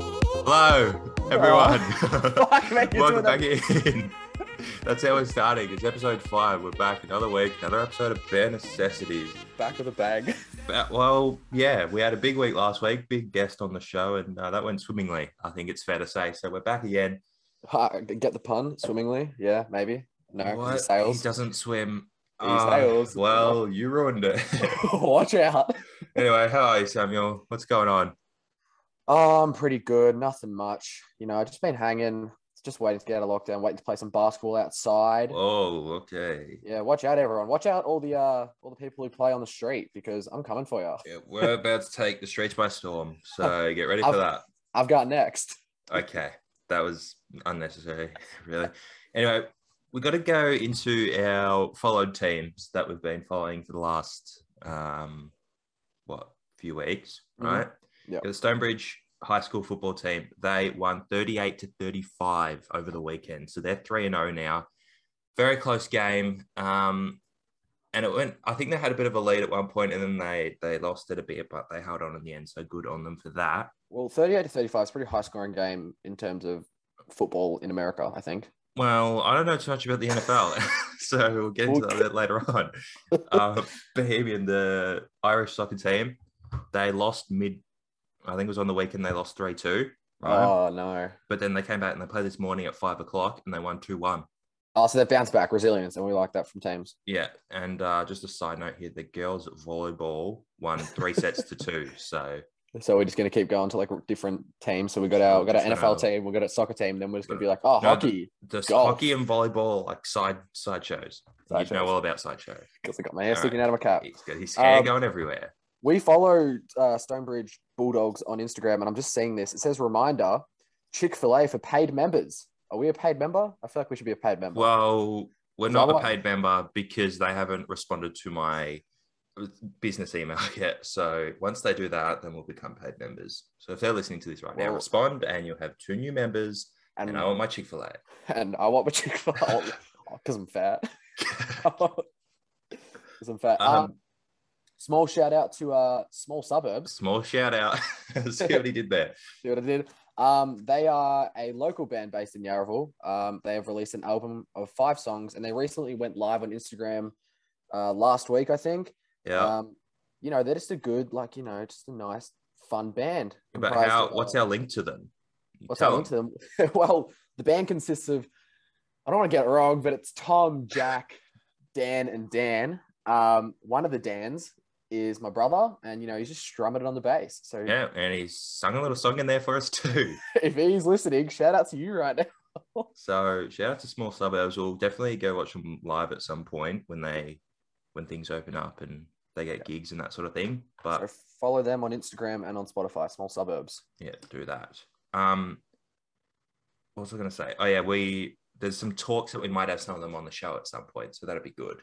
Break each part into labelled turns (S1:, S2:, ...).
S1: Hello, everyone.
S2: Fuck, Oh. mate, you're
S1: Welcome
S2: doing that-
S1: back in. That's how we're starting. It's episode five. We're back another week, another episode of Bare Necessities.
S2: back of the bag.
S1: Uh, Well, yeah, we had a big week last week, big guest on the show, and uh, that went swimmingly, I think it's fair to say. So we're back again.
S2: Ha, Get the pun swimmingly. Yeah, maybe. No, 'cause
S1: What?
S2: he
S1: He
S2: sails.
S1: doesn't swim.
S2: He
S1: Oh,
S2: sails.
S1: well, you ruined it.
S2: Watch out.
S1: anyway, how are you, Samuel? What's going on?
S2: Oh, I'm pretty good. Nothing much. You know, I've just been hanging, just waiting to get out of lockdown, waiting to play some basketball outside.
S1: Oh, okay.
S2: Yeah, watch out, everyone. Watch out, all the uh, all the people who play on the street, because I'm coming for you.
S1: Yeah, We're about to take the streets by storm. So get ready for
S2: I've-
S1: that.
S2: I've got next.
S1: Okay, that was unnecessary, really. Anyway, we've got to go into our followed teams that we've been following for the last um, what few weeks,
S2: Mhm.
S1: right?
S2: Yep.
S1: The Stonebridge High School football team they won thirty-eight to thirty-five over the weekend, so they're three and zero now. Very close game, um, and it went. I think they had a bit of a lead at one point, and then they they lost it a bit, but they held on in the end. So good on them for that.
S2: Well, 38 to 35 is a pretty high scoring game in terms of football in America, I think.
S1: Well, I don't know too much about the NFL, so we'll get into that a bit later on. Uh, Bohemian, the Irish soccer team, they lost mid. I think it was on the weekend they lost three two, right?
S2: Oh, no.
S1: But then they came back and they played this morning at five o'clock and they won two one.
S2: Oh, so they bounced back resilience, and we like that from teams.
S1: Yeah, and uh, just a side note here: the girls volleyball won three sets to two. So
S2: So we're just gonna keep going to like different teams. So we got our we got our
S1: Different
S2: NFL
S1: out.
S2: team, we got our soccer team. Then we're just gonna be
S1: Yeah.
S2: like, oh,
S1: No,
S2: hockey,
S1: the s-
S2: Golf.
S1: hockey and volleyball, like side side shows.
S2: Sideshows.
S1: You know all about sideshow.
S2: because I got my hair
S1: Alright.
S2: sticking out of my cap.
S1: He's, he's hair
S2: Um,
S1: going everywhere.
S2: We follow uh, Stonebridge Bulldogs on Instagram, and I'm just seeing this. It says reminder: Chick Fil A for paid members. Are we a paid member? I feel like we should be a paid member.
S1: Well, we're
S2: Is
S1: not
S2: that
S1: a
S2: what-
S1: paid member because they haven't responded to my business email yet. So once they do that, then we'll become paid members. So if they're listening to this right now,
S2: Well-
S1: respond and you'll have two new members.
S2: and,
S1: And I want my Chick fil A.
S2: and I want my Chick Fil A because I'm fat. Because I'm fat. Um,
S1: Um,
S2: small shout out to uh, small suburbs.
S1: small shout out. See what he did there.
S2: See what I did? Um, they are a local band based in Yarraville. Um, they have released an album of five songs, and they recently went live on Instagram uh, last week, I think.
S1: Yeah.
S2: Um, you know, they're just a good, like, you know, just a nice, fun band.
S1: but
S2: comprised
S1: how,
S2: of,
S1: what's
S2: uh,
S1: our link to them? You
S2: what's
S1: tell
S2: our link to them? well, the band consists of, I don't want to get it wrong, but it's Tom, Jack, Dan, and Dan. Um, one of the Dans is my brother, and you know, he's just strumming it on the bass. So
S1: Yeah. And he sung a little song in there for us too.
S2: if he's listening, shout out to you right now.
S1: So shout out to small suburbs. We'll definitely go watch them live at some point when they when things open up and they get gigs and that sort of thing.
S2: So
S1: But
S2: follow them on Instagram and on Spotify, Small Suburbs.
S1: yeah, do that. Um what was I gonna say? Oh yeah, we there's some talks that we might have some of them on the show at some point, so that'd be good.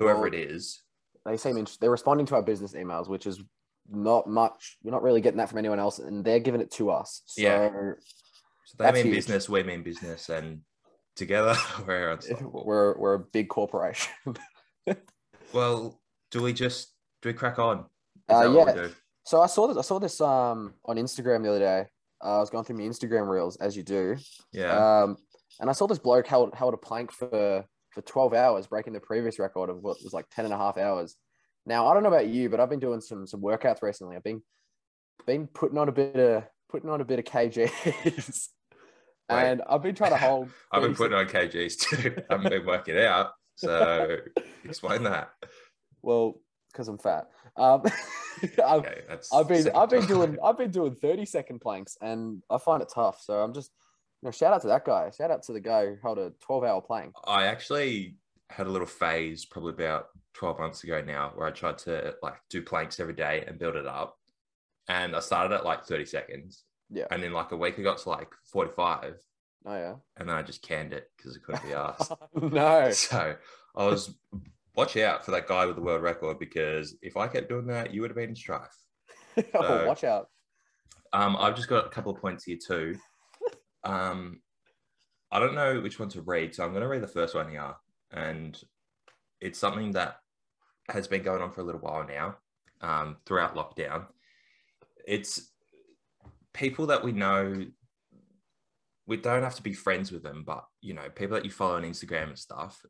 S1: Whoever
S2: Well-
S1: it is.
S2: They seem int- they're responding to our business emails, which is not much. We're not really getting that from anyone else, and they're giving it to us. So
S1: Yeah. So they
S2: That's
S1: mean
S2: huge.
S1: business, we mean business, and together we're unstoppable.
S2: we're we're a big corporation.
S1: Well, do we just do we crack on? Is
S2: Uh,
S1: that what we
S2: yeah.
S1: do?
S2: so I saw this. I saw this um on Instagram the other day. Uh, I was going through my Instagram reels as you do,
S1: Yeah.
S2: um, and I saw this bloke held held a plank for for twelve hours, breaking the previous record of what was like 10 and a half hours. Now I don't know about you, but I've been doing some some workouts recently. I've been been putting on a bit of putting on a bit of kgs,
S1: Right.
S2: and I've been trying to hold.
S1: I've been
S2: 36
S1: putting on kgs too. I haven't been working out, so explain that.
S2: well because I'm fat. Um, I've,
S1: Okay, that's
S2: I've been
S1: second
S2: I've been
S1: time.
S2: doing I've been doing thirty second planks, and I find it tough. So I'm just you know shout out to that guy. Shout out to the guy who held a twelve hour plank.
S1: I actually had a little phase probably about twelve months ago now, where I tried to like do planks every day and build it up, and I started at like thirty seconds.
S2: Yeah.
S1: and in like a week I got to like forty five,
S2: Oh yeah.
S1: and then I just canned it because I couldn't be asked.
S2: no.
S1: so I was watch out for that guy with the world record because if I kept doing that, you would have been in strife.
S2: oh, watch out.
S1: Um, I've just got a couple of points here too. Um, I don't know which one to read, so I'm going to read the first one here, and it's something that has been going on for a little while now, um, throughout lockdown. It's people that we know we don't have to be friends with them, but you know, people that you follow on Instagram and stuff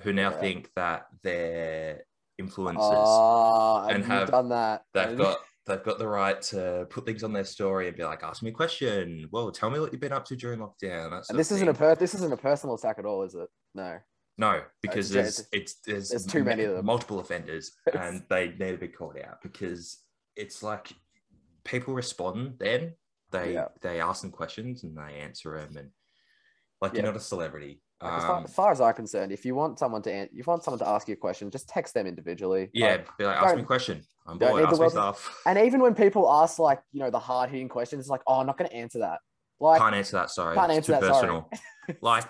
S1: who now
S2: Yeah.
S1: think that they're influencers.
S2: Ah,
S1: and
S2: and
S1: have
S2: have done that.
S1: They've got they've got the right to put things on their story and be like, ask me a question. Well, tell me what you've been up to during lockdown. That sort
S2: And this
S1: of
S2: isn't a
S1: thing.
S2: per- this isn't a personal attack at all, is it? No.
S1: No, because
S2: it's-
S1: there's it's there's,
S2: there's too many of them.
S1: multiple offenders,
S2: It's-
S1: and they need to be called out because it's like people respond. Then they
S2: Yeah.
S1: they ask them questions and they answer them, and like
S2: Yeah.
S1: you're not a celebrity.
S2: Like, as, far,
S1: Um,
S2: as far as I'm concerned, if you want someone to an- you want someone to ask you a question, just text them individually.
S1: yeah,
S2: Like,
S1: be like, ask me
S2: don't-
S1: a question. I'm
S2: don't
S1: bored.
S2: need the
S1: Ask me
S2: world-
S1: stuff.
S2: and even when people ask like you know the hard hitting questions, it's like oh I'm not going to answer that. Like
S1: can't answer that. Sorry,
S2: can't
S1: it's
S2: answer
S1: too
S2: that, sorry.
S1: personal. like,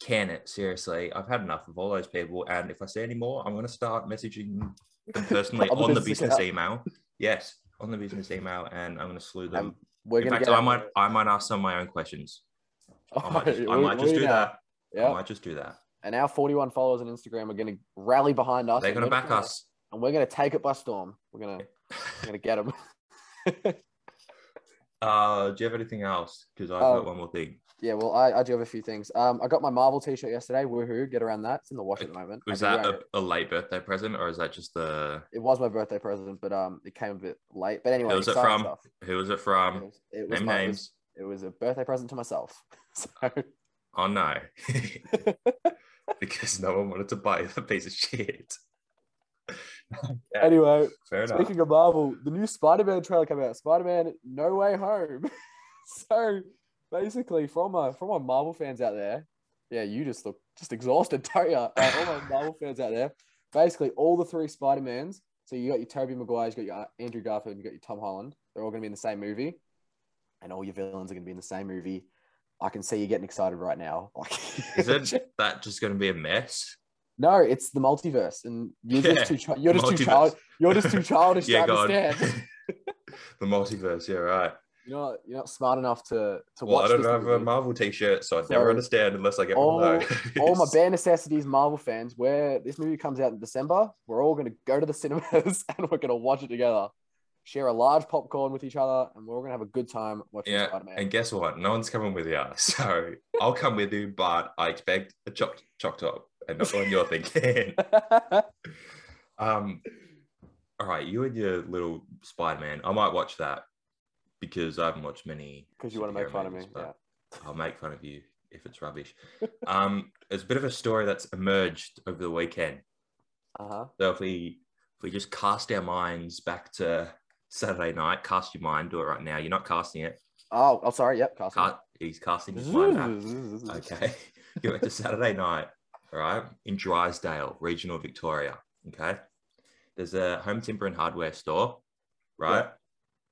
S1: can it seriously? I've had enough of all those people, and if I see any more, I'm gonna start messaging them personally
S2: On the
S1: on the
S2: business
S1: business
S2: account.
S1: email. Yes, on the business email, and I'm gonna slew them.
S2: Um, we're
S1: In
S2: going
S1: fact,
S2: to get.
S1: I might I might ask some of my own questions. I might just, I
S2: We-
S1: might just
S2: we
S1: do
S2: know.
S1: that. I
S2: Yeah.
S1: might just do that.
S2: And our 41 followers on Instagram are going to rally behind us.
S1: They're
S2: and
S1: gonna
S2: we're
S1: back
S2: gonna-
S1: us.
S2: and we're going to take it by storm. We're going to we're going to get them.
S1: Uh, do you have anything else? Because I've
S2: Um,
S1: got one more thing.
S2: Yeah, well, I, I do have a few things. Um, I got my Marvel T-shirt yesterday. Woohoo! Get around that. It's in the wash at the moment.
S1: Was
S2: I've been
S1: that
S2: wearing
S1: a, a late birthday present, or is that just the
S2: it. It was my birthday present, but um, it came a bit late. But anyway,
S1: Who was it
S2: exciting
S1: from?
S2: Stuff.
S1: who was it
S2: it
S1: from?
S2: was, it was
S1: Name
S2: my- it was-
S1: names.
S2: It was a birthday present to myself. So
S1: Oh no. because no one wanted to buy the piece of shit. Yeah,
S2: anyway,
S1: Fair enough.
S2: speaking of Marvel, the new Spider-Man trailer came out. Spider-Man: No Way Home. so basically, from my from my Marvel fans out there, yeah, you just look just exhausted, don't you? Uh, all my Marvel fans out there, basically all the three Spider-Mans. So you got your Tobey Maguire, you got your uh, Andrew Garfield, you got your Tom Holland. They're all going to be in the same movie, and all your villains are going to be in the same movie. I can see you getting excited right now. Like,
S1: Isn't that just going to be a mess?
S2: No, it's the multiverse, and you're
S1: Yeah,
S2: just too chi- you're just too
S1: multiverse.
S2: child you're just too childish
S1: Yeah,
S2: to
S1: go on.
S2: understand.
S1: the multiverse, yeah, right.
S2: You're not you're not smart enough to to
S1: Well,
S2: watch
S1: I don't
S2: this
S1: have a
S2: movie.
S1: Marvel T-shirt, so I
S2: So,
S1: never understand unless I get
S2: all-
S1: one of those.
S2: all my bare necessities, Marvel fans. Where this movie comes out in December, we're all going to go to the cinemas and we're going to watch it together, share a large popcorn with each other, and we're all going to have a good time watching
S1: Yeah,
S2: Spider Man.
S1: and guess what? No one's coming with you, so I'll come with you, but I expect a choc choc top, and not the one you're thinking. Um, all right, you and your little Spider Man. I might watch that because I haven't watched many.
S2: Because you want to
S1: superhero
S2: make fun of me.
S1: movies, but I'll make fun of you if it's rubbish. um, there's a bit of a story that's emerged over the weekend.
S2: Yeah. Uh huh.
S1: So if we if we just cast our minds back to Saturday night, cast your mind, do it right now. You're not casting it.
S2: Oh, oh, sorry. Yep. Cast.
S1: Ca- he's casting his mind back. Okay. Go back to Saturday night, all right, in Drysdale, regional Victoria. Okay. There's a home timber and hardware store, right?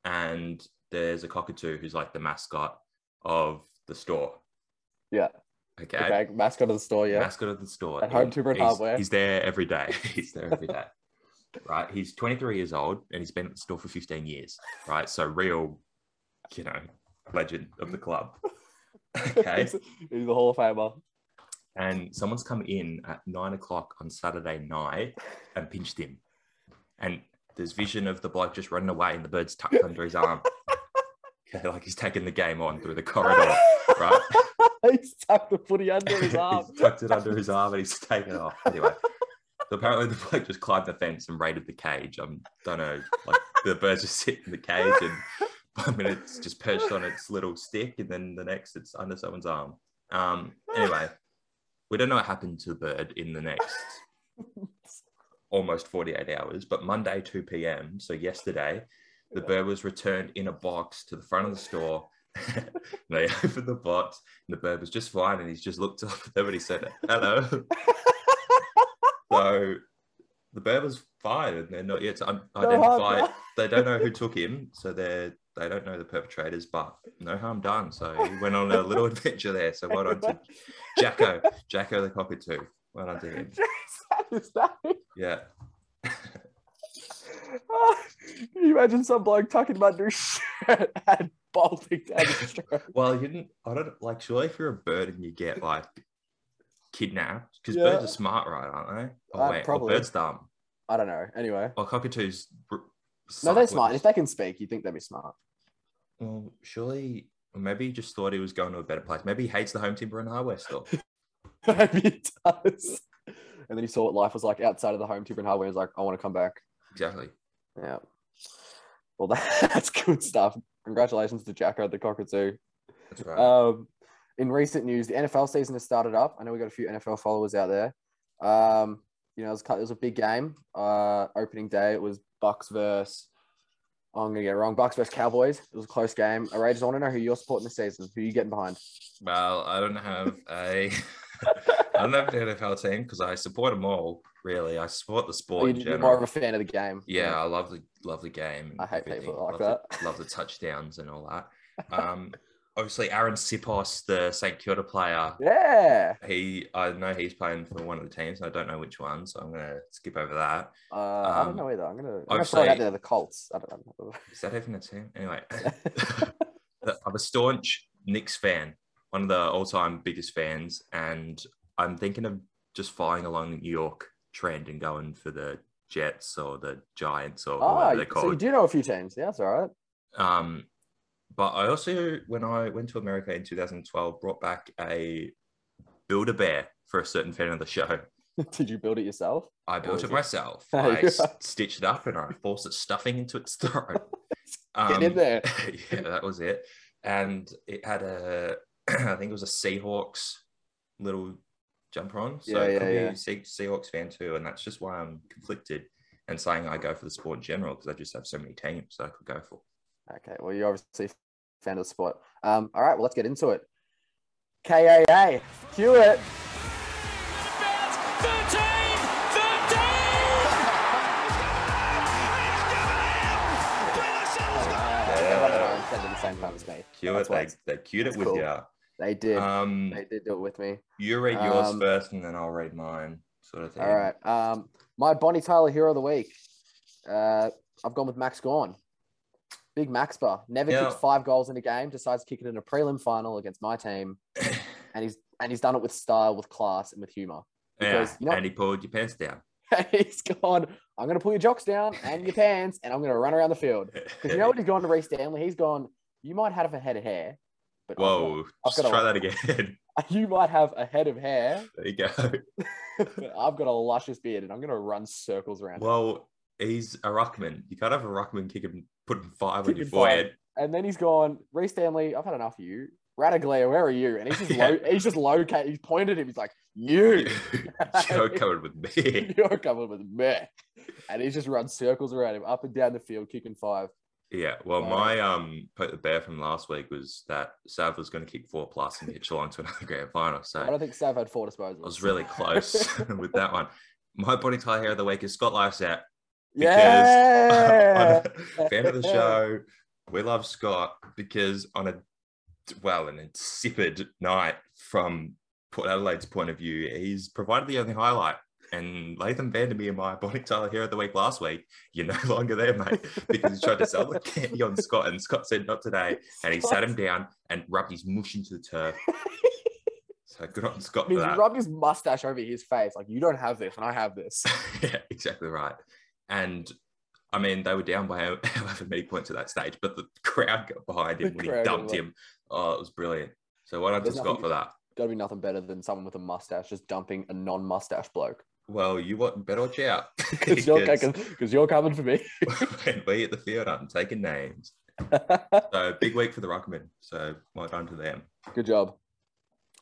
S1: And there's a cockatoo who's like the mascot of the store.
S2: Yeah.
S1: Okay.
S2: Okay, Mascot of the store. Yeah.
S1: Mascot of the store.
S2: At home
S1: He-
S2: timber and
S1: he's-
S2: hardware.
S1: He's there every day. He's there every day. right. He's 23 years old and he's been at the store for 15 years. Right. So real, you know, legend of the club. Okay.
S2: he's, he's a Hall of Famer.
S1: and someone's come in at nine o'clock on Saturday night and pinched him. And there's vision of the bloke just running away and the bird's tucked under his arm. Okay, like he's taking the game on through the corridor, right?
S2: he's tucked the footy under his arm.
S1: he's tucked it under his arm and he's taken it off. Anyway, so apparently the bloke just climbed the fence and raided the cage. I don't know, like the bird's just sitting in the cage and one minute it's just perched on its little stick and then the next it's under someone's arm. Um, anyway, we don't know what happened to the bird in the next almost 48 hours, but Monday, 2 p.m., so yesterday, the
S2: Yeah.
S1: bird was returned in a box to the front of the store. And they opened the box, and the bird was just fine, and he's just looked up at them and he said, Hello. so the bird was fine, and they're not yet to un-
S2: No harm
S1: identify.
S2: done.
S1: they don't know who took him, so they're. They don't know the perpetrators, but no harm done. So he went on a little adventure there. So well done to Jacko, Jacko the cockatoo. Well done to him.
S2: Jason is that-
S1: Yeah.
S2: Can you imagine some bloke tucking him under his shirt and bolting down the street?
S1: Well, you didn't. I don't like. Surely, if you're a bird and you get like kidnapped, because
S2: Yeah.
S1: birds are smart, right? Aren't they? Oh
S2: Uh,
S1: wait,
S2: probably.
S1: Or birds dumb.
S2: I don't know. Anyway,
S1: Or cockatoos. br-
S2: no, they're
S1: suck
S2: smart.
S1: with-
S2: If they can speak, you think they'd be smart.
S1: Well, surely. Or maybe he just thought he was going to a better place. Maybe he hates the home timber and hardware store.
S2: Maybe it does. And then he saw what life was like outside of the home timber and hardware. He's like, I want to come back.
S1: exactly.
S2: Yeah. Well, that, that's good stuff. Congratulations to Jacko at the Cockatoo.
S1: That's right.
S2: Um, in recent news, the NFL season has started up. I know we got a few NFL followers out there. Um, you know, it was, kind- it was a big game. Uh, opening day, it was Bucks versus. oh, I'm gonna get it wrong. Bucks versus Cowboys. It was a close game. I just want to know who you're supporting this season. Who you getting behind?
S1: well, I don't have a. I don't have an NFL team because I support them all. Really, I support the sport
S2: Are
S1: in
S2: you, are more of
S1: general.
S2: a fan of the game.
S1: Yeah, I love the love the game. and
S2: I hate
S1: everything.
S2: people like
S1: Love
S2: that.
S1: The, love the touchdowns and all that. Um, obviously, Aaron Sipos, the St Kilda player,
S2: Yeah.
S1: he I know he's playing for one of the teams. I don't know which one, so I'm gonna skip over that.
S2: Uh, I don't
S1: Um,
S2: know either. I'm gonna, I'm
S1: I'd
S2: gonna throw it
S1: say-
S2: out there. The Colts. I don't know.
S1: Is that even a team? Anyway, I'm a staunch Knicks fan, one of the all-time biggest fans, and I'm thinking of just following along the New York trend and going for the Jets or the Giants or
S2: Ah,
S1: whatever they're
S2: so you
S1: called.
S2: do know a few teams. Yeah, that's all right.
S1: Um, but I also, when I went to America in 2012, brought back a Build-A-Bear for a certain fan of the show.
S2: Did you build it yourself?
S1: I built
S2: was
S1: it
S2: it?
S1: myself.
S2: Oh,
S1: I
S2: you're
S1: s-
S2: right.
S1: stitched it up and I forced its stuffing into its throat. Um,
S2: Get in there.
S1: yeah, that was it. And it had a, I think it was a Seahawks little jumper on. So
S2: Yeah,
S1: it could
S2: yeah,
S1: be
S2: yeah.
S1: a Se- Seahawks fan too. And that's just why I'm conflicted and saying I go for the sport in general because I just have so many teams that I could go for.
S2: Okay, well, you're obviously a fan of the sport. Um, all right, well, let's get into it. KAA, cue it. Everyone at home said it at the same time as me.
S1: Cue it.
S2: That's why
S1: They,
S2: it's-
S1: they cued it
S2: that's
S1: with
S2: cool.
S1: ya.
S2: They did.
S1: Um,
S2: they did do it with me.
S1: you read yours
S2: um,
S1: first and then I'll read mine, sort of thing.
S2: All right. Um, my Bonnie Tyler hero of the week. Uh, I've gone with Max Gorn. Big Maxper. Never
S1: Yeah.
S2: kicked five goals in a game. Decides to kick it in a prelim final against my team, and he's and he's done it with style, with class, and with humor.
S1: Yeah.
S2: because, you know-
S1: and he pulled your pants down.
S2: he's gone. I'm gonna pull your jocks down and your pants, and I'm gonna run around the field. Because you know what he's gone to Reece Stanley? He's gone, you might have a head of hair, but I've
S1: Whoa,
S2: I've
S1: just
S2: got a-
S1: try that again.
S2: got- you might have a head of hair,
S1: There you go.
S2: but I've got a luscious beard and I'm going to run circles around it.
S1: Well, he's a ruckman. You can't have a ruckman kick him, put him five on
S2: Kick
S1: your
S2: him five.
S1: forehead.
S2: And then he's gone, Reece Stanley, I've had enough of you. Radaglia, where are you? And he's just,
S1: Yeah.
S2: lo- he's just locate. He's pointed at him. He's like, you,
S1: You're covered with me.
S2: you're coming with me. And he's just run circles around him, up and down the field, kicking five.
S1: Yeah. Well,
S2: Wow.
S1: my um poke the bear from last week was that Sav was going to kick four plus and get Geelong to another grand final. So
S2: I
S1: I
S2: don't think Sav had four disposals.
S1: was really close with that one. My body tie hair of the week is Scott Lyset.
S2: yeah.
S1: fan of the show. We love Scott because on a well, an insipid night from Port Adelaide's point of view, he's provided the only highlight. And Latham Vandermeer, my Bonnie Tyler here at the week last week, you're no longer there, mate, because he tried to sell the candy on Scott, and Scott said not today. And he sat him down and rubbed his mush into the turf. So good on Scott
S2: I mean,
S1: for
S2: he
S1: that.
S2: rubbed his mustache over his face, like you don't have this, and I have this.
S1: yeah, exactly right. And I mean, they were down by how- however many points at that stage, but the crowd got behind him
S2: The
S1: when he
S2: crowd got
S1: dumped him. Oh, it was brilliant. So what I've
S2: There's
S1: just got
S2: nothing-
S1: for that.
S2: Gotta be nothing better than someone with a mustache just dumping a non-mustache bloke.
S1: Well, you want better watch out
S2: Because you're, 'cause you're coming for me.
S1: when we at the field aren't taking names. So big week for the Ruckman. So well done to them.
S2: Good job.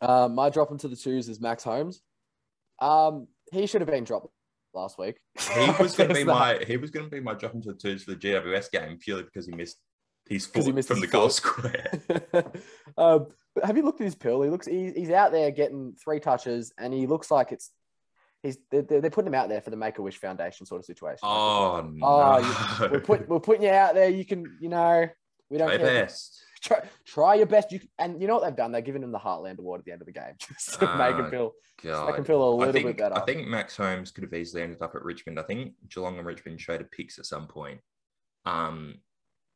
S2: Uh, my drop into the twos is Max Holmes. Um, he should have been dropped last week.
S1: He was going to
S2: There's
S1: be
S2: that.
S1: my he was going to be my drop into the twos for the GWS game purely because he missed his
S2: 'Cause
S1: foot
S2: he missed
S1: from the
S2: his
S1: goal
S2: foot.
S1: square.
S2: um, but have you looked at his pill? He looks he, he's out there getting three touches, and he looks like it's he's they're, they're putting him out there for the Make a Wish Foundation sort of situation.
S1: Oh no!
S2: Oh, we're, put, we're putting you out there. You can, you know, we don't
S1: Play
S2: care.
S1: best.
S2: Try, try your best. You can, and you know what they've done? They've given him the Heartland Award at the end of the game just to make
S1: Ah,
S2: him feel,
S1: God.
S2: make him feel a little
S1: I think,
S2: bit better.
S1: I think Max Holmes could have easily ended up at Richmond. I think Geelong and Richmond traded picks at some point. Um,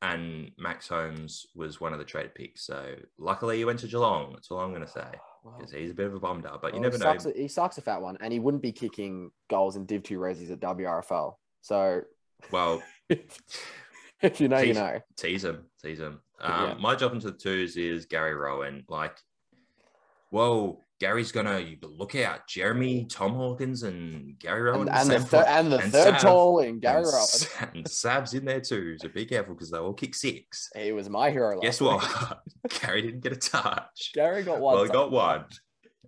S1: and Max Holmes was one of the trade picks. So luckily he went to Geelong. That's all I'm going to say.
S2: Wow.
S1: Because he's a bit of a bum dub, but you
S2: Well,
S1: never
S2: he
S1: know.
S2: Oh, Sucks a, he sucks a fat one, and he wouldn't be kicking goals in Div Two Resies at WRFL. So
S1: Well,
S2: if you know,
S1: Jeez.
S2: you know.
S1: tease him. Tease him. Um,
S2: Yeah.
S1: My job into the twos is Gary Rowan. Like, whoa, Gary's gonna you look out. Jeremy, Tom Hawkins, and Gary Rowan. in
S2: And,
S1: the
S2: and, the
S1: same
S2: thir-
S1: plot.
S2: and the
S1: and
S2: third
S1: Sav-
S2: tall in Gary
S1: and,
S2: Rowan.
S1: S- and Sab's in there too, so be careful because they all kick six.
S2: He was my hero. Last
S1: Guess
S2: week.
S1: what? Gary didn't get a touch.
S2: Gary got one.
S1: Well, he
S2: touch.
S1: got one.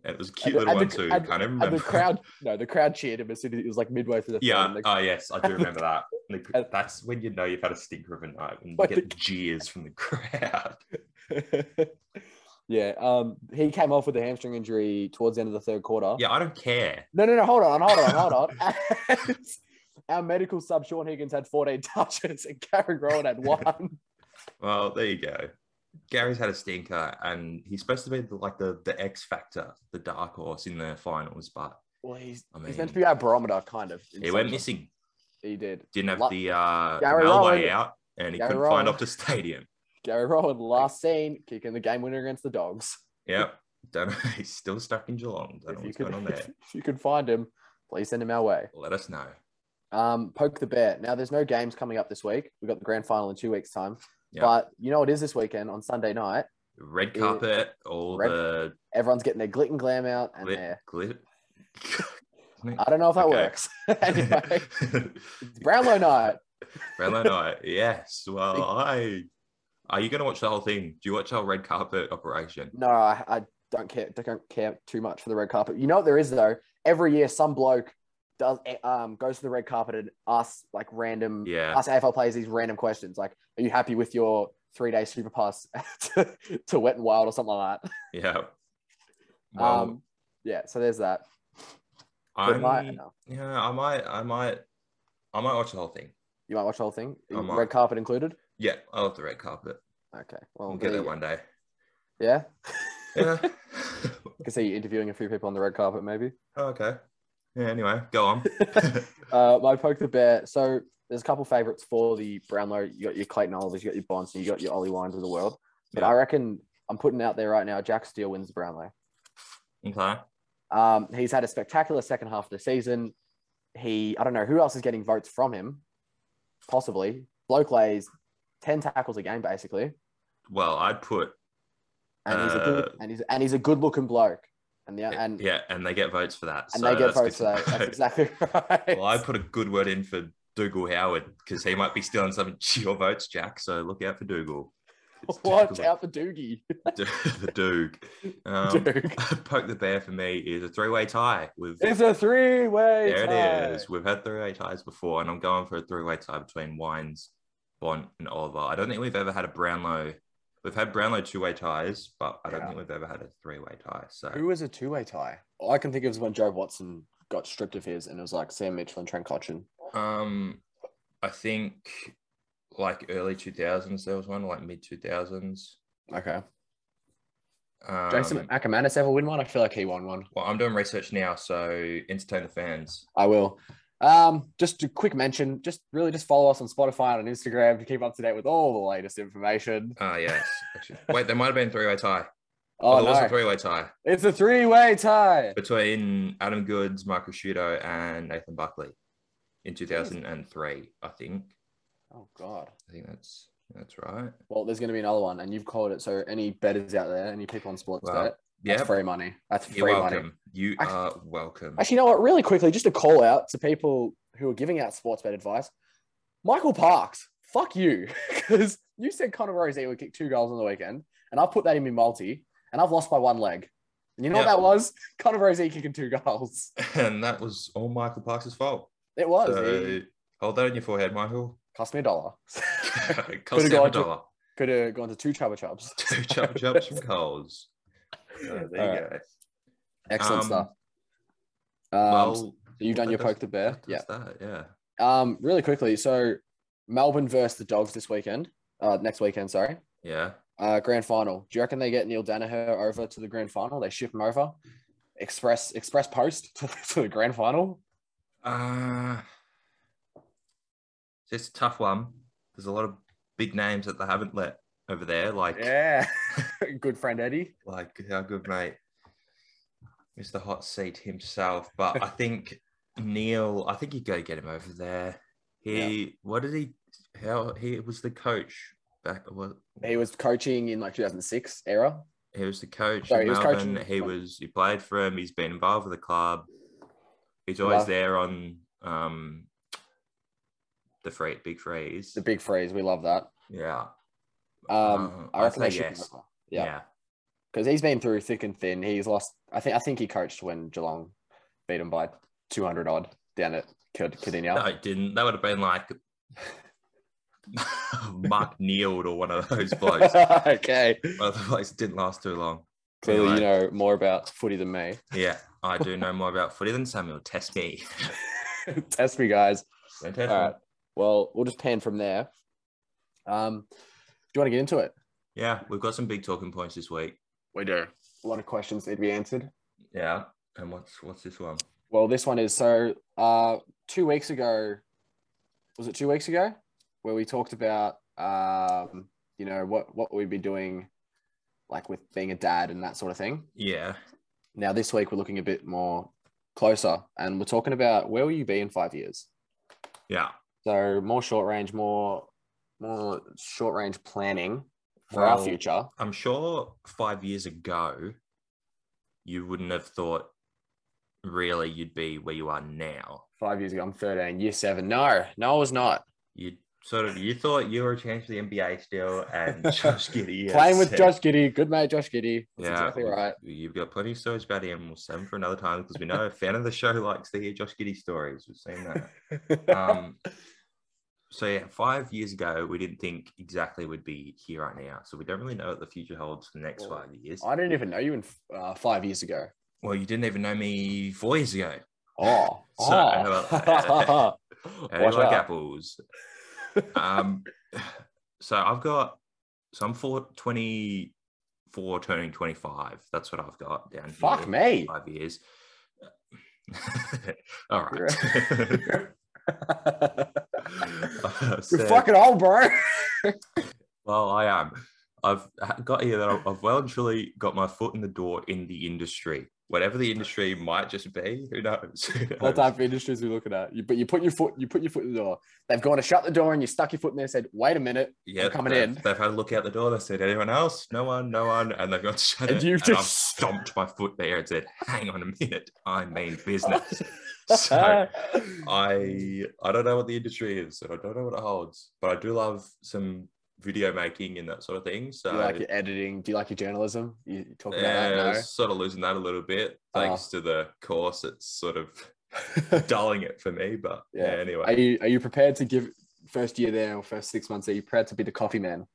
S1: And it was a cute
S2: the-
S1: little
S2: and
S1: one
S2: the-
S1: too.
S2: and-
S1: Can't even
S2: And
S1: remember.
S2: the crowd, no, the crowd cheered him as soon as it was like midway through the
S1: Yeah.
S2: film. The-
S1: Oh yes, I do remember that. And the-
S2: And-
S1: That's when you know you've had a stinker of a night when you
S2: But
S1: get the jeers from the crowd.
S2: yeah. Um, he came off with a hamstring injury towards the end of the third quarter.
S1: Yeah, I don't care.
S2: No, no, no. Hold on. Hold on. Hold on. Our medical sub Sean Higgins had 14 touches and Gary Rowan had one.
S1: Well, there you go. Gary's had a stinker, and he's supposed to be the, like the the X factor, the dark horse in the finals. But
S2: well, he's,
S1: I mean,
S2: he's meant to be our barometer, kind of. in
S1: he
S2: some
S1: went
S2: sense.
S1: missing.
S2: He did.
S1: Didn't have
S2: Lo-
S1: the uh,
S2: Gary
S1: Melway
S2: Rowan.
S1: out, and he
S2: Gary
S1: couldn't
S2: Rowan.
S1: find off the stadium.
S2: Gary Rowan, last scene, kicking the game winner against the Dogs.
S1: Yep. Don't know. He's still stuck in Geelong. Don't know
S2: If you,
S1: what's
S2: could,
S1: going on there.
S2: if you could find him, please send him our way.
S1: Let us know.
S2: Um, poke the bear. Now, there's no games coming up this week. We've got the grand final in two weeks' time.
S1: Yeah.
S2: But you know what is this weekend on Sunday night?
S1: Red
S2: Yeah.
S1: carpet, all
S2: Red-
S1: the
S2: Everyone's getting their glit and glam out, and
S1: Glit-
S2: their
S1: glit.
S2: I don't know if that
S1: Okay.
S2: works. anyway, it's Brownlow night.
S1: Brownlow night. Yes. Well, I. Are you going to watch the whole thing? Do you watch our red carpet operation?
S2: No, I, I don't care. Don't care too much for the red carpet. You know what there is though. Every year, some bloke does eh, um goes to the red carpet and asks like random
S1: Yeah.
S2: us AFL players these random questions like, "Are you happy with your three day super pass to, to Wet and Wild or something like that?"
S1: Yeah. Well,
S2: um, yeah. So there's that. But uh,
S1: I'm,
S2: my- no.
S1: yeah, I might, I might, I might watch the whole thing.
S2: You might watch the whole thing.
S1: I might.
S2: Red carpet included.
S1: Yeah, I love the red carpet.
S2: Okay. Well,
S1: We'll
S2: there
S1: get there
S2: you-
S1: one day.
S2: Yeah.
S1: Yeah.
S2: I can see you interviewing a few people on the red carpet, maybe.
S1: Oh, okay. Yeah. Anyway, go on.
S2: Uh, my poke the bear. So there's a couple favorites for the Brownlow. You got your Clayton Olivers, you got your Bonds, and you got your Ollie Wines of the world. But
S1: Yeah.
S2: I reckon I'm putting out there right now. Jack Steele wins the Brownlow.
S1: okay.
S2: Um, he's had a spectacular second half of the season. He, I don't know who else is getting votes from him. Possibly, bloke lays ten tackles a game basically,
S1: Well, I'd put
S2: and he's a
S1: Uh,
S2: good and he's and he's a good looking bloke. And the and
S1: yeah, and they get votes for that.
S2: and
S1: so
S2: they get
S1: that's
S2: votes for
S1: good to
S2: that. That's
S1: know.
S2: exactly right.
S1: well, I put a good word in for Dougal Howard because he might be stealing some of your votes, Jack. So look out for Dougal. It's
S2: Watch
S1: Dougal-
S2: out for Doogie.
S1: the Doug. Um,
S2: Doug.
S1: Poke the bear for me is a three-way tie. We've
S2: It's a three way.
S1: there it is. We've had three-way ties before, and I'm going for a three-way tie between Wines, Bond, and Oliver. I don't think we've ever had a Brownlow. We've had Brownlow two-way ties, but I don't
S2: Yeah.
S1: think we've ever had a three-way tie. So
S2: Who was a two way tie? All I can think of is when Joe Watson got stripped of his and it was like Sam Mitchell and Trent Cotchin.
S1: Um, I think like early two thousands there was one, like mid two thousands.
S2: Okay.
S1: Um,
S2: Jason Ackermanis ever win one? I feel like he won one.
S1: well, I'm doing research now, so entertain the fans.
S2: I will. Um, just a quick mention, just really just follow us on Spotify and on Instagram to keep up to date with all the latest information.
S1: Ah, yes. Actually, wait, there might have been a three way tie. Oh,
S2: Oh,
S1: there was a
S2: no.
S1: three way tie
S2: it's a three way tie.
S1: between Adam Goods, Michael Shudo, and Nathan Buckley in 2003. I think.
S2: Oh, God.
S1: I think that's that's right.
S2: Well, there's going to be another one, and you've called it. So, any betters out there, any people on sports
S1: Well,
S2: bet, that's
S1: Yeah,
S2: free money. That's free
S1: you're welcome.
S2: money.
S1: You
S2: Actually-
S1: are welcome.
S2: Actually, you know what? Really quickly, just a call out to people who are giving out sports bet advice. Michael Parks, fuck you, because you said Connor Rosey would kick two goals on the weekend, and I put that in my multi, and I've lost by one leg. And you know
S1: Yeah.
S2: what that was? Connor Rosey kicking two goals.
S1: and that was all Michael Parks' fault.
S2: It was.
S1: So
S2: It
S1: hold that on your forehead, Michael.
S2: cost me a dollar.
S1: Cost them a
S2: Could've gone to-
S1: dollar.
S2: Could have gone to two Chubba Chubs.
S1: Two chub chubs from Coles. there you
S2: All
S1: go.
S2: Excellent
S1: Um,
S2: stuff. Um, so
S1: Well,
S2: you've done your
S1: that does-
S2: poke the bear.
S1: that
S2: Yeah.
S1: does that, yeah.
S2: Um, really quickly. So Melbourne versus the Dogs this weekend. Uh, next weekend, sorry.
S1: Yeah.
S2: Uh, grand final. Do you reckon they get Neil Danaher over to the grand final? They ship him over, express express post to, to the grand final.
S1: Uh, it's a tough one. There's a lot of big names that they haven't let over there, like
S2: Yeah, good friend Eddie.
S1: like our good mate, Mr. Hot Seat himself. But I think Neil, I think you go get him over there. He, what did he? How he was the coach back. What
S2: He was coaching in like 2006 era.
S1: he was the coach.
S2: Sorry,
S1: in
S2: he was
S1: Melbourne.
S2: coaching-
S1: He was he played for him. He's been involved with the club. He's always
S2: Wow.
S1: there on um the free big freeze.
S2: The big freeze. We love that.
S1: Yeah,
S2: Um,
S1: Uh,
S2: I
S1: I'd
S2: reckon they
S1: say
S2: should.
S1: yes.
S2: Yeah.
S1: yeah.
S2: because he's been through thick and thin. He's lost. I think. I think he coached when Geelong beat him by two hundred odd down at Cad- Cadinia.
S1: No, it didn't. That would have been like Mark Neal or one of those blokes.
S2: okay,
S1: one of the blokes that didn't last too long.
S2: clearly you know more about footy than me.
S1: Yeah, I do know more about footy than Samuel. Test me.
S2: Test me, guys.
S1: Don't test
S2: All
S1: me.
S2: right. Well, we'll just pan from there. Um, do you want to get into it?
S1: Yeah, we've got some big talking points this week.
S2: We do. A lot of questions need to be answered.
S1: Yeah. And what's what's this one?
S2: Well, this one is so uh, two weeks ago, was it two weeks ago, where we talked about um, you know what what we'd be doing, like with being a dad and that sort of thing.
S1: Yeah.
S2: Now this week we're looking a bit more closer, and we're talking about where will you be in five years.
S1: Yeah.
S2: So more short range, more more short range planning for our
S1: Well,
S2: future.
S1: I'm sure five years ago, you wouldn't have thought really you'd be where you are now.
S2: Five years ago, I'm 13, year seven. No, no, I was not
S1: You sort of you thought you were a chance for the NBA still, and Josh Giddy has
S2: playing with
S1: said-
S2: Josh Giddy. Good mate, Josh Giddy. That's
S1: Yeah,
S2: exactly right.
S1: You've got plenty of stories about him. We'll save them for another time because we know a fan of the show likes to hear Josh Giddy stories. We've seen that. Um, so yeah, five years ago, we didn't think exactly we'd be here right now. So we don't really know what the future holds for the next
S2: Well,
S1: five years.
S2: I didn't even know you in uh, five years ago.
S1: Well, you didn't even know me four years ago.
S2: Oh,
S1: So,
S2: oh.
S1: how How do you
S2: Watch
S1: like
S2: out.
S1: apples? um, so I've got, so I'm four, 24 turning 25. That's what I've got down
S2: Fuck
S1: here.
S2: me.
S1: Five years. All
S2: You're
S1: right. I've
S2: oh. You're
S1: said-
S2: fucking old, bro.
S1: well, I am. I've got here that I've- I've well and truly got my foot in the door in the industry. Whatever the industry might just be, who knows? Who
S2: what
S1: knows?
S2: type of industries we looking at? You, but you put your foot, you put your foot in the door. They've gone to shut the door, and you stuck your foot in there. Said, "Wait a minute,"
S1: Yeah,
S2: coming
S1: they've,
S2: in.
S1: They've had a look out the door. They said, "Anyone else? No one, no one." And they've got to shut
S2: And
S1: it.
S2: you've
S1: and I've
S2: just-
S1: stomped my foot there and said, "Hang on a minute, I mean business." so I I don't know what the industry is, so I don't know what it holds, but I do love some video making and that sort of thing.
S2: do
S1: So
S2: you like your editing? Do you like your journalism? You you talk about
S1: yeah, I
S2: that? No.
S1: was sort of losing that a little bit
S2: Oh.
S1: thanks to the course. It's sort of dulling it for me, but yeah.
S2: Yeah.
S1: anyway,
S2: Are you are you prepared to give first year there or first six months? Are you prepared to be the coffee man,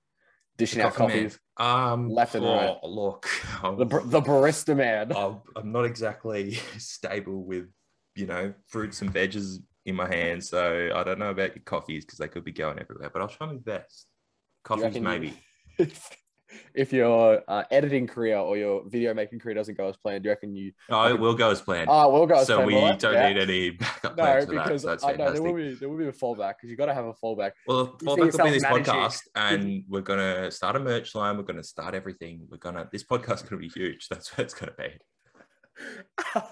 S2: dishing out
S1: Coffee man.
S2: coffees?
S1: um,
S2: left and right.
S1: oh, Look, I'm-
S2: The, br- the barista man.
S1: I'm, I'm not exactly stable with, you know, fruits and veggies in my hand. So I don't know about your coffees because they could be going everywhere, but I'll try my best. Coffees,
S2: reckon you-
S1: maybe.
S2: if, if your uh, editing career or your video making career doesn't go as planned, do you reckon you?
S1: Oh, it will go as planned.
S2: Oh, we'll go as
S1: so
S2: planned.
S1: we
S2: Well, that's
S1: don't
S2: fair.
S1: need any backup
S2: No,
S1: plans for that.
S2: because
S1: So that's
S2: I know there
S1: fantastic.
S2: will be there will be a fallback because you got to have a fallback.
S1: well,
S2: you
S1: well, that
S2: see
S1: could be
S2: yourself
S1: this
S2: managing-
S1: podcast, and we're gonna start a merch line. We're gonna start everything. We're gonna this podcast's gonna be huge. That's what it's gonna be.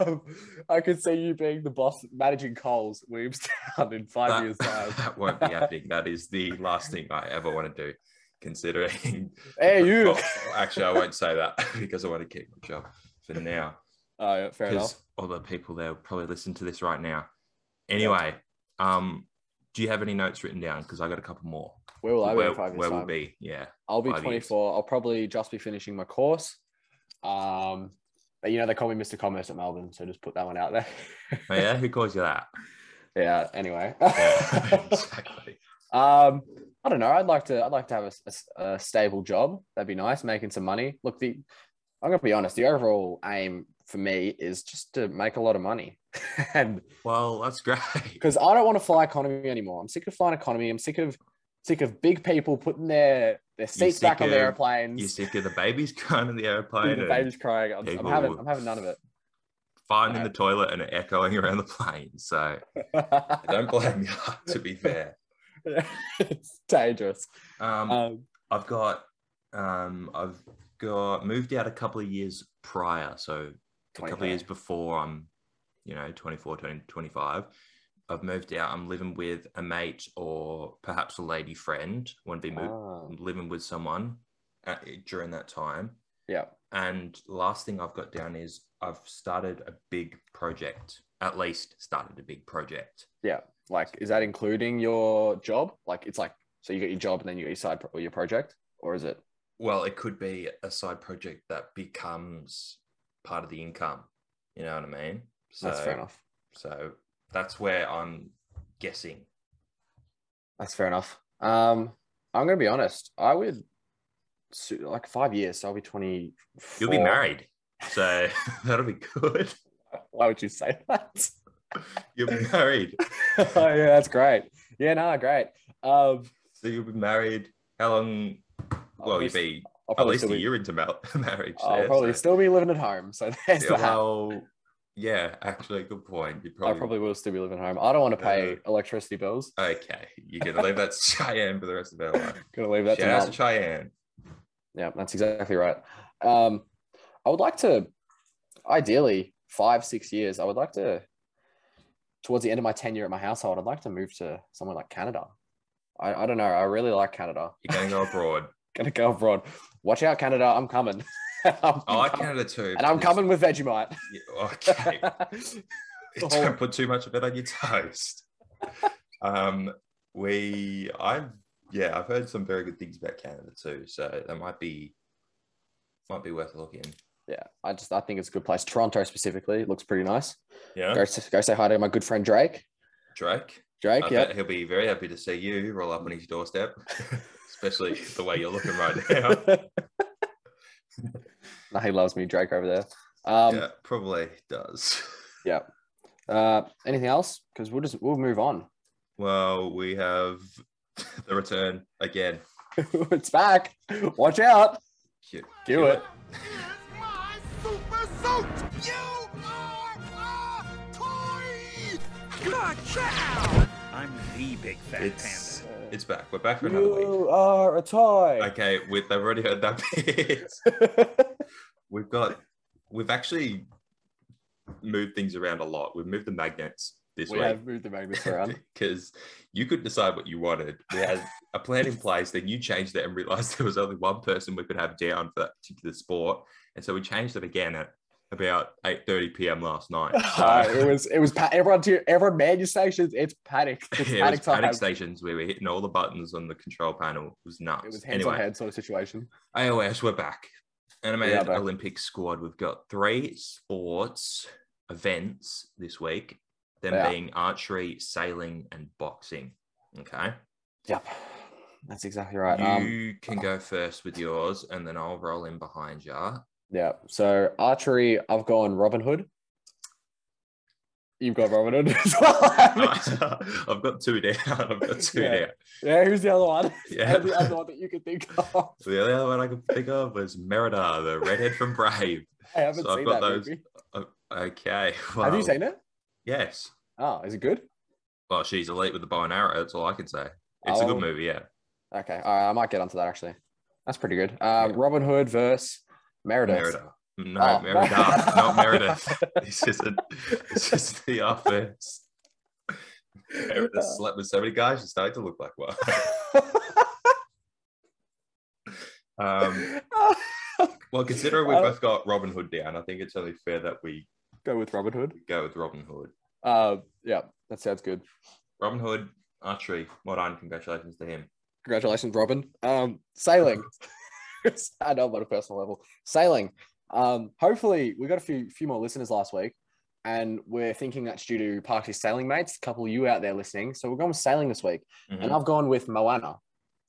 S2: Um, I could see you being the boss managing Coles Williamstown in five
S1: that,
S2: years time.
S1: that won't be happening. That is the last thing I ever want to do, considering
S2: hey, you.
S1: Well, actually, I won't say that because I want to keep my job for now.
S2: Oh, yeah, fair enough.
S1: Because all the people there will probably listen to this right now. Anyway, um, do you have any notes written down? Because I got a couple more.
S2: Where will I be
S1: where
S2: in five years
S1: where we'll
S2: time?
S1: be? Yeah,
S2: I'll be
S1: five years?
S2: 24. I'll probably just be finishing my course. Um, but you know they call me Mr. Commerce at Melbourne, so just put that one out there.
S1: oh, yeah. Who calls you that?
S2: yeah. Anyway.
S1: Yeah, exactly.
S2: Um, I don't know. I'd like to. I'd like to have a, s- a s- a stable job. That'd be nice, making some money. Look, the I'm gonna be honest. The overall aim for me is just to make a lot of money, and
S1: Well, that's great.
S2: because I don't want to fly economy anymore. I'm sick of flying economy. I'm sick of sick of big people putting their their seats back
S1: sick
S2: on
S1: of-
S2: their
S1: You
S2: airplanes.
S1: sick of the babies crying in the airplane
S2: The
S1: and
S2: baby's crying. I'm, I'm having.
S1: people-
S2: I'm having none of it.
S1: farting in the toilet and it echoing around the plane. So don't blame you. To be fair,
S2: it's dangerous. Um,
S1: I've got um I've got moved out a couple of years prior, so a couple
S2: 25.
S1: of years before I'm, you know, 24, turning 25. I've moved out. I'm living with a mate or perhaps a lady friend. When be moved,
S2: Ah,
S1: living with someone uh during that time.
S2: yeah.
S1: And last thing I've got down is I've started a big project. At least started a big project.
S2: Like, is that including your job? Like, it's like, so you got your job and then you got your side pro- or your project, or is it?
S1: Well, it could be a side project that becomes part of the income. You know what I mean? So,
S2: That's fair enough.
S1: So that's where I'm guessing.
S2: That's fair enough. Um, I'm gonna be honest. I would su- like five years, so I'll be twenty.
S1: You'll be married. So that'll be good.
S2: Why would you say that?
S1: You'll be married.
S2: oh yeah, that's great. Yeah, no, great. Um,
S1: So you'll be married. How long? Well, you'll be
S2: I'll
S1: at
S2: probably
S1: least
S2: still
S1: a
S2: be,
S1: year into mar- marriage.
S2: I'll
S1: there,
S2: probably
S1: so-
S2: still be living at home. So there's
S1: Yeah,
S2: that.
S1: well, yeah, actually, good point. You
S2: I
S1: probably,
S2: probably will still be living at home. I don't want to pay
S1: Uh,
S2: electricity bills.
S1: okay. You're gonna leave that to Cheyenne for the rest of our life.
S2: Gonna leave that
S1: Shout
S2: to
S1: out
S2: mum.
S1: to Cheyenne.
S2: Yeah, that's exactly right. Um, I would like to, ideally, five, six years, I would like to, towards the end of my tenure at my household, I'd like to move to somewhere like Canada. I, I don't know. I really like Canada.
S1: You're gonna go abroad.
S2: Gonna go abroad. Watch out, Canada. I'm coming. I'm
S1: I like
S2: coming.
S1: Canada too.
S2: And I'm
S1: but
S2: coming with Vegemite.
S1: it's- yeah, Okay.
S2: whole-
S1: Don't put too much of it on your toast. um, we, I've, yeah, I've heard some very good things about Canada too. So that might be, might be worth looking.
S2: yeah, I just I think it's a good place. Toronto specifically it looks pretty nice.
S1: Yeah.
S2: Go s- go say hi to my good friend Drake.
S1: Drake.
S2: Drake,
S1: I
S2: yeah.
S1: bet he'll be very happy to see you roll up on his doorstep, especially the way you're looking right now.
S2: No, he loves me, Drake over there. Um,
S1: yeah, probably does.
S2: uh, anything else? Because we'll just we'll move on.
S1: Well, we have the return again.
S2: it's back. Watch out.
S1: Cute.
S2: Do it.
S3: Here's my super suit! You are a toy! Good job!
S4: I'm the big fat
S1: It's
S4: panda.
S1: it's back. We're back for another week.
S2: are a toy.
S1: Okay, with they've already heard that bit. We've got we've actually moved things around a lot. We've moved the magnets this
S2: we
S1: week
S2: have um, moved the magnets around.
S1: because you could decide what you wanted. We had a plan in place, then you changed it and realized there was only one person we could have down for that particular sport, and so we changed it again at about eight thirty p.m. last night.
S2: Uh, it was it was pa- everyone to everyone man your stations. It's panic. It's
S1: yeah, it
S2: panic
S1: was
S2: time.
S1: panic stations where we were hitting all the buttons on the control panel. It was nuts.
S2: it was hands on
S1: anyway,
S2: hand sort of situation.
S1: AOS, we're back. Animated
S2: are back.
S1: Olympic squad. We've got three sports events this week, them
S2: Yeah.
S1: being archery, sailing, and boxing. Okay.
S2: Yep. That's exactly right. um,
S1: you can go first with yours, and then I'll roll in behind you.
S2: Yeah. So archery, I've gone Robin Hood. You've got Robin Hood as well. haven't you?
S1: I've got two down. I've got two
S2: Yeah.
S1: down.
S2: yeah. Who's the other one?
S1: Yeah.
S2: the other one that you could think of.
S1: The other one I could think of was Merida, the redhead from Brave.
S2: I haven't
S1: So I've
S2: seen
S1: got
S2: that
S1: those.
S2: movie.
S1: Oh, Okay. Well,
S2: Have you seen it?
S1: Yes.
S2: Oh, is it good?
S1: Well, she's elite with the bow and arrow. That's all I can say. It's a
S2: I'll-
S1: good movie, yeah.
S2: Okay. All right, I might get onto that actually. That's pretty good. Uh,
S1: Yeah.
S2: Robin Hood versus Meredith.
S1: Merida. No,
S2: Oh.
S1: Merida, not Meredith. This isn't. This is the office. Meredith
S2: Oh.
S1: slept with so many guys, she started to look like one. Um, well, considering we've
S2: Uh,
S1: both got Robin Hood down, I think it's only fair that we
S2: Go with Robin Hood.
S1: go with Robin Hood.
S2: Uh, yeah, that sounds good.
S1: Robin Hood, archery. Well done. Congratulations to him.
S2: Congratulations, Robin. Um, sailing. I know, but a personal level, sailing. Um, hopefully, we got a few few more listeners last week, and we're thinking that's due to Parksy's sailing mates. A couple of you out there listening, so we're going with sailing this week,
S1: Mhm.
S2: and I've gone with Moana.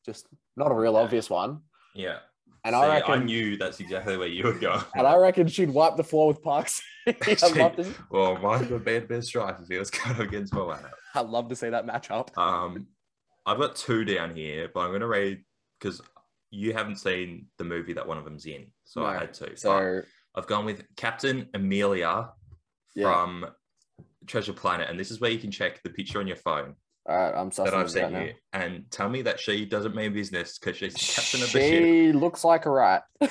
S2: Just not a real obvious one,
S1: Yeah.
S2: and
S1: See,
S2: I reckon.
S1: knew that's exactly where you were going.
S2: and I reckon she'd wipe the floor with Parksy. I'd, love to,
S1: well, mine would be a bit of strife if he was going against Moana.
S2: I'd love to see that matchup.
S1: Um, I've got two down here, but I'm going to read because you haven't seen the movie that one of them's in, so I
S2: No,
S1: had two. But
S2: So
S1: I've gone with Captain Amelia
S2: Yeah.
S1: from Treasure Planet, and this is where you can check the picture on your phone.
S2: All right, I'm sussing
S1: that I've
S2: this out
S1: sent
S2: now.
S1: you, and tell me that she doesn't mean business because she's the captain of the ship.
S2: She looks like a rat.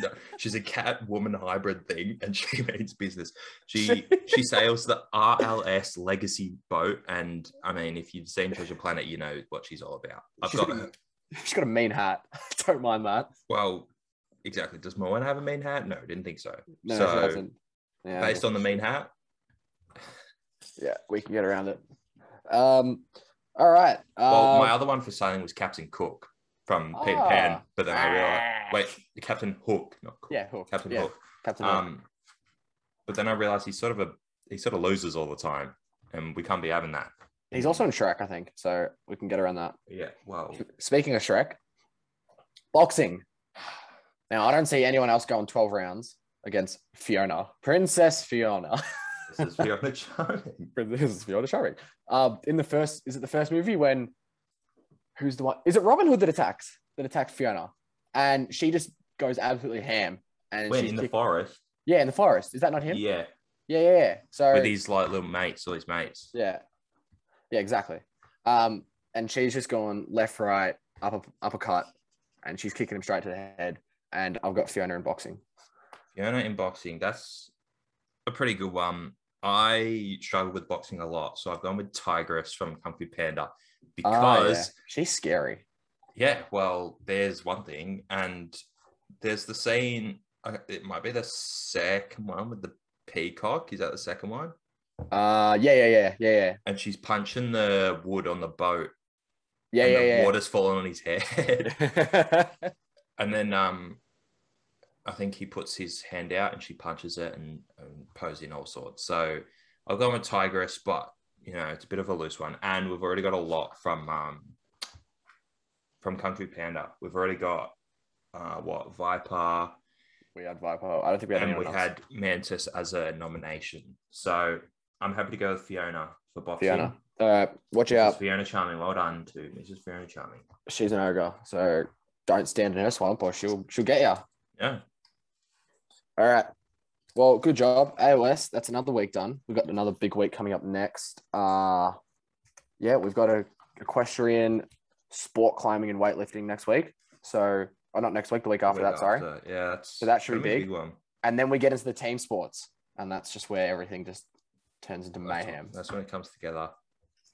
S1: No, she's a cat woman hybrid thing, and she means business. She she sails the RLS Legacy boat, and I mean, if you've seen Treasure Planet, you know what she's all about. I've
S2: She's
S1: got
S2: got-
S1: her.
S2: She's got a mean hat. Don't mind that.
S1: Well, exactly. Does Moana have a mean hat? No, didn't think so.
S2: No,
S1: so
S2: she doesn't. Yeah,
S1: based on the mean hat,
S2: yeah, we can get around it. Um, all right.
S1: well,
S2: uh,
S1: my other one for sailing was Captain Cook from Peter Pan,
S2: Ah.
S1: but then I realized wait, Captain Hook, not Cook.
S2: yeah, Hook.
S1: Captain
S2: yeah,
S1: Hook.
S2: Captain Hook.
S1: Um, but then I realized he's sort of a he sort of loses all the time, and we can't be having that.
S2: He's also in Shrek, I think, so we can get around that.
S1: yeah. Well,
S2: Speaking of Shrek, boxing. Now, I don't see anyone else going 12 rounds against Fiona, Princess Fiona.
S1: this is Fiona Charming.
S2: this is Fiona Shari. Um, in the first, is it the first movie when who's the one? Is it Robin Hood that attacks that attacked Fiona, and she just goes absolutely ham and
S1: When
S2: she's
S1: in the
S2: kick-
S1: forest,
S2: yeah in the forest. Is that not him? Yeah,
S1: yeah,
S2: yeah. yeah, So
S1: with his like little mates, all his mates.
S2: yeah, yeah, exactly. Um, and she's just going left, right, upper uppercut, and she's kicking him straight to the head. And I've got Fiona in boxing.
S1: Fiona in boxing, that's a pretty good one. I struggle with boxing a lot, so I've gone with Tigress from Kung Fu Panda
S2: Ah, yeah.
S1: because
S2: she's scary.
S1: Yeah, well, there's one thing, and there's the scene. uh, It might be the second one with the peacock. Is that the second one?
S2: Uh, yeah, yeah, yeah, yeah, yeah,
S1: And she's punching the wood on the boat,
S2: yeah,
S1: and
S2: yeah,
S1: the
S2: yeah.
S1: water's falling on his head. and then, um, I think he puts his hand out, and she punches it, and, and poses in all sorts. So I'll go with tigress, but you know it's a bit of a loose one, and we've already got a lot from um, from Country Panda. We've already got uh, what Viper.
S2: we had Viper. I don't think we had
S1: and
S2: anyone
S1: we
S2: else.
S1: had Mantis as a nomination. So I'm happy to go with Fiona for boxing.
S2: Fiona. Uh, watch
S1: Mrs.
S2: out.
S1: Fiona Charming. Well done to Mrs. Fiona Charming.
S2: She's an ogre, so don't stand in her swamp or she'll she'll get you.
S1: Yeah.
S2: All right. Well, good job, AOS. That's another week done. We've got another big week coming up next. Uh yeah, we've got a equestrian sport climbing and weightlifting next week. So or not next week, the week after
S1: Week
S2: that, sorry.
S1: after. Yeah. That's,
S2: So that should
S1: gonna
S2: be
S1: a
S2: big.
S1: one.
S2: And then we get into the team sports. And that's just where everything just turns into
S1: That's-
S2: mayhem.
S1: That's when it comes together.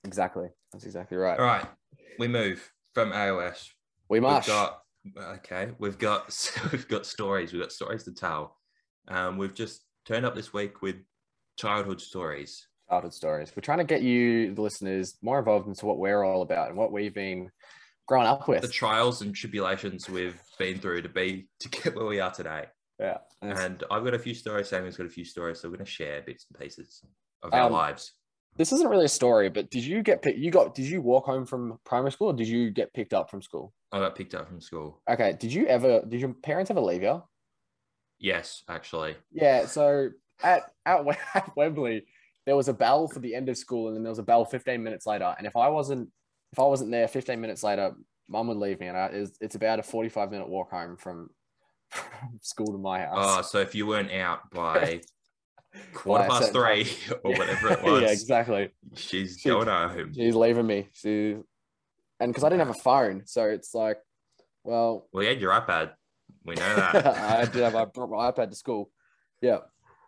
S2: Exactly. That's exactly right.
S1: All right. We move from AOS.
S2: We
S1: We've
S2: march.
S1: got okay. We've got so we've got stories. We've got stories to tell. Um, we've just turned up this week with childhood stories.
S2: childhood stories. We're trying to get you, the listeners, more involved into what we're all about and what we've been growing up with.
S1: The trials and tribulations we've been through to be to get where we are today.
S2: yeah. And
S1: And I've got a few stories. Samuel's got a few stories. So we're going to share bits and pieces of our
S2: Um,
S1: lives.
S2: this isn't really a story, but did you get picked? You got? Did you walk home from primary school, or did you get picked up from school?
S1: I got picked up from school.
S2: Okay. Did you ever? Did your parents ever leave you?
S1: Yes, actually.
S2: Yeah. So at at, Wem- at Wembley, there was a bell for the end of school, and then there was a bell 15 minutes later. And if I wasn't if I wasn't there 15 minutes later, mum would leave me, and I, it's, it's about a 45 minute walk home from, from school to my house.
S1: Oh, so if you weren't out by quarter
S2: By a
S1: past
S2: certain time.
S1: three or Oh, whatever it was,
S2: yeah, exactly.
S1: she's
S2: She-
S1: going home.
S2: She's leaving me. She and because I didn't have a phone, so it's like, well,
S1: Well, you had your iPad. We know that.
S2: I did have. I brought my iPad to school. Yeah.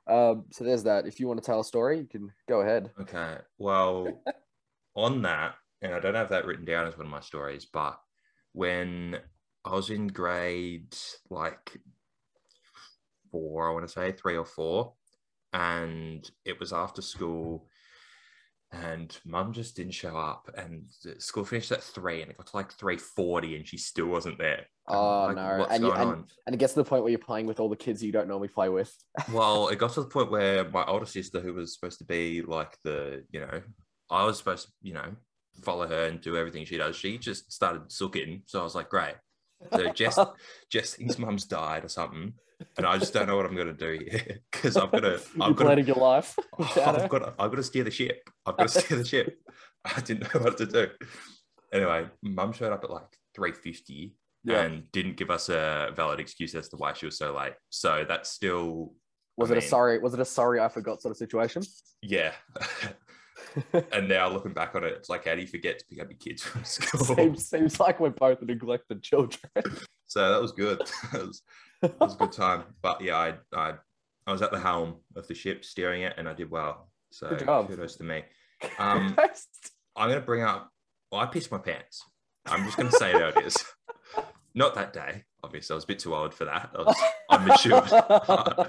S2: Um, so there's that. If you want to tell a story, you can go ahead.
S1: Okay. Well, on that, and I don't have that written down as one of my stories, but when I was in grade like four, I want to say three or four, and it was after school, and mum just didn't show up, and the school finished at three, and it got to like three forty, and she still wasn't there. And I'm
S2: Oh
S1: like,
S2: no!
S1: What's
S2: And, you,
S1: going
S2: and,
S1: on?
S2: and it gets to the point where you're playing with all the kids you don't normally play with.
S1: well, it got to the point where my older sister, who was supposed to be like the, you know, I was supposed to, you know, follow her and do everything she does. She just started sooking. So I was like, great. So Jess, Jess thinks mum's died or something. And I just don't know what I'm gonna do here because I've got to,
S2: you're
S1: I've got to,
S2: planning your life. without her.
S1: I've got to, I've got to steer the ship. I've got to steer the ship. I didn't know what to do. Anyway, mum showed up at like three fifty
S2: Yeah.
S1: and didn't give us a valid excuse as to why she was so late. So that's still
S2: was
S1: I
S2: it a
S1: mean-
S2: sorry? Was it a sorry I forgot sort of situation?
S1: Yeah. And now looking back on it, it's like, how do you forget to pick up your kids from school?
S2: seems, seems like we're both neglected children.
S1: So that was good. that, was, that was a good time. But yeah, I, I I was at the helm of the ship steering it, and I did well. So
S2: Good job.
S1: kudos to me. Um, I'm gonna bring up. Well, I pissed my pants. I'm just gonna say how it is. Not that day, obviously. I was a bit too old for that. I was, I'm matured. uh,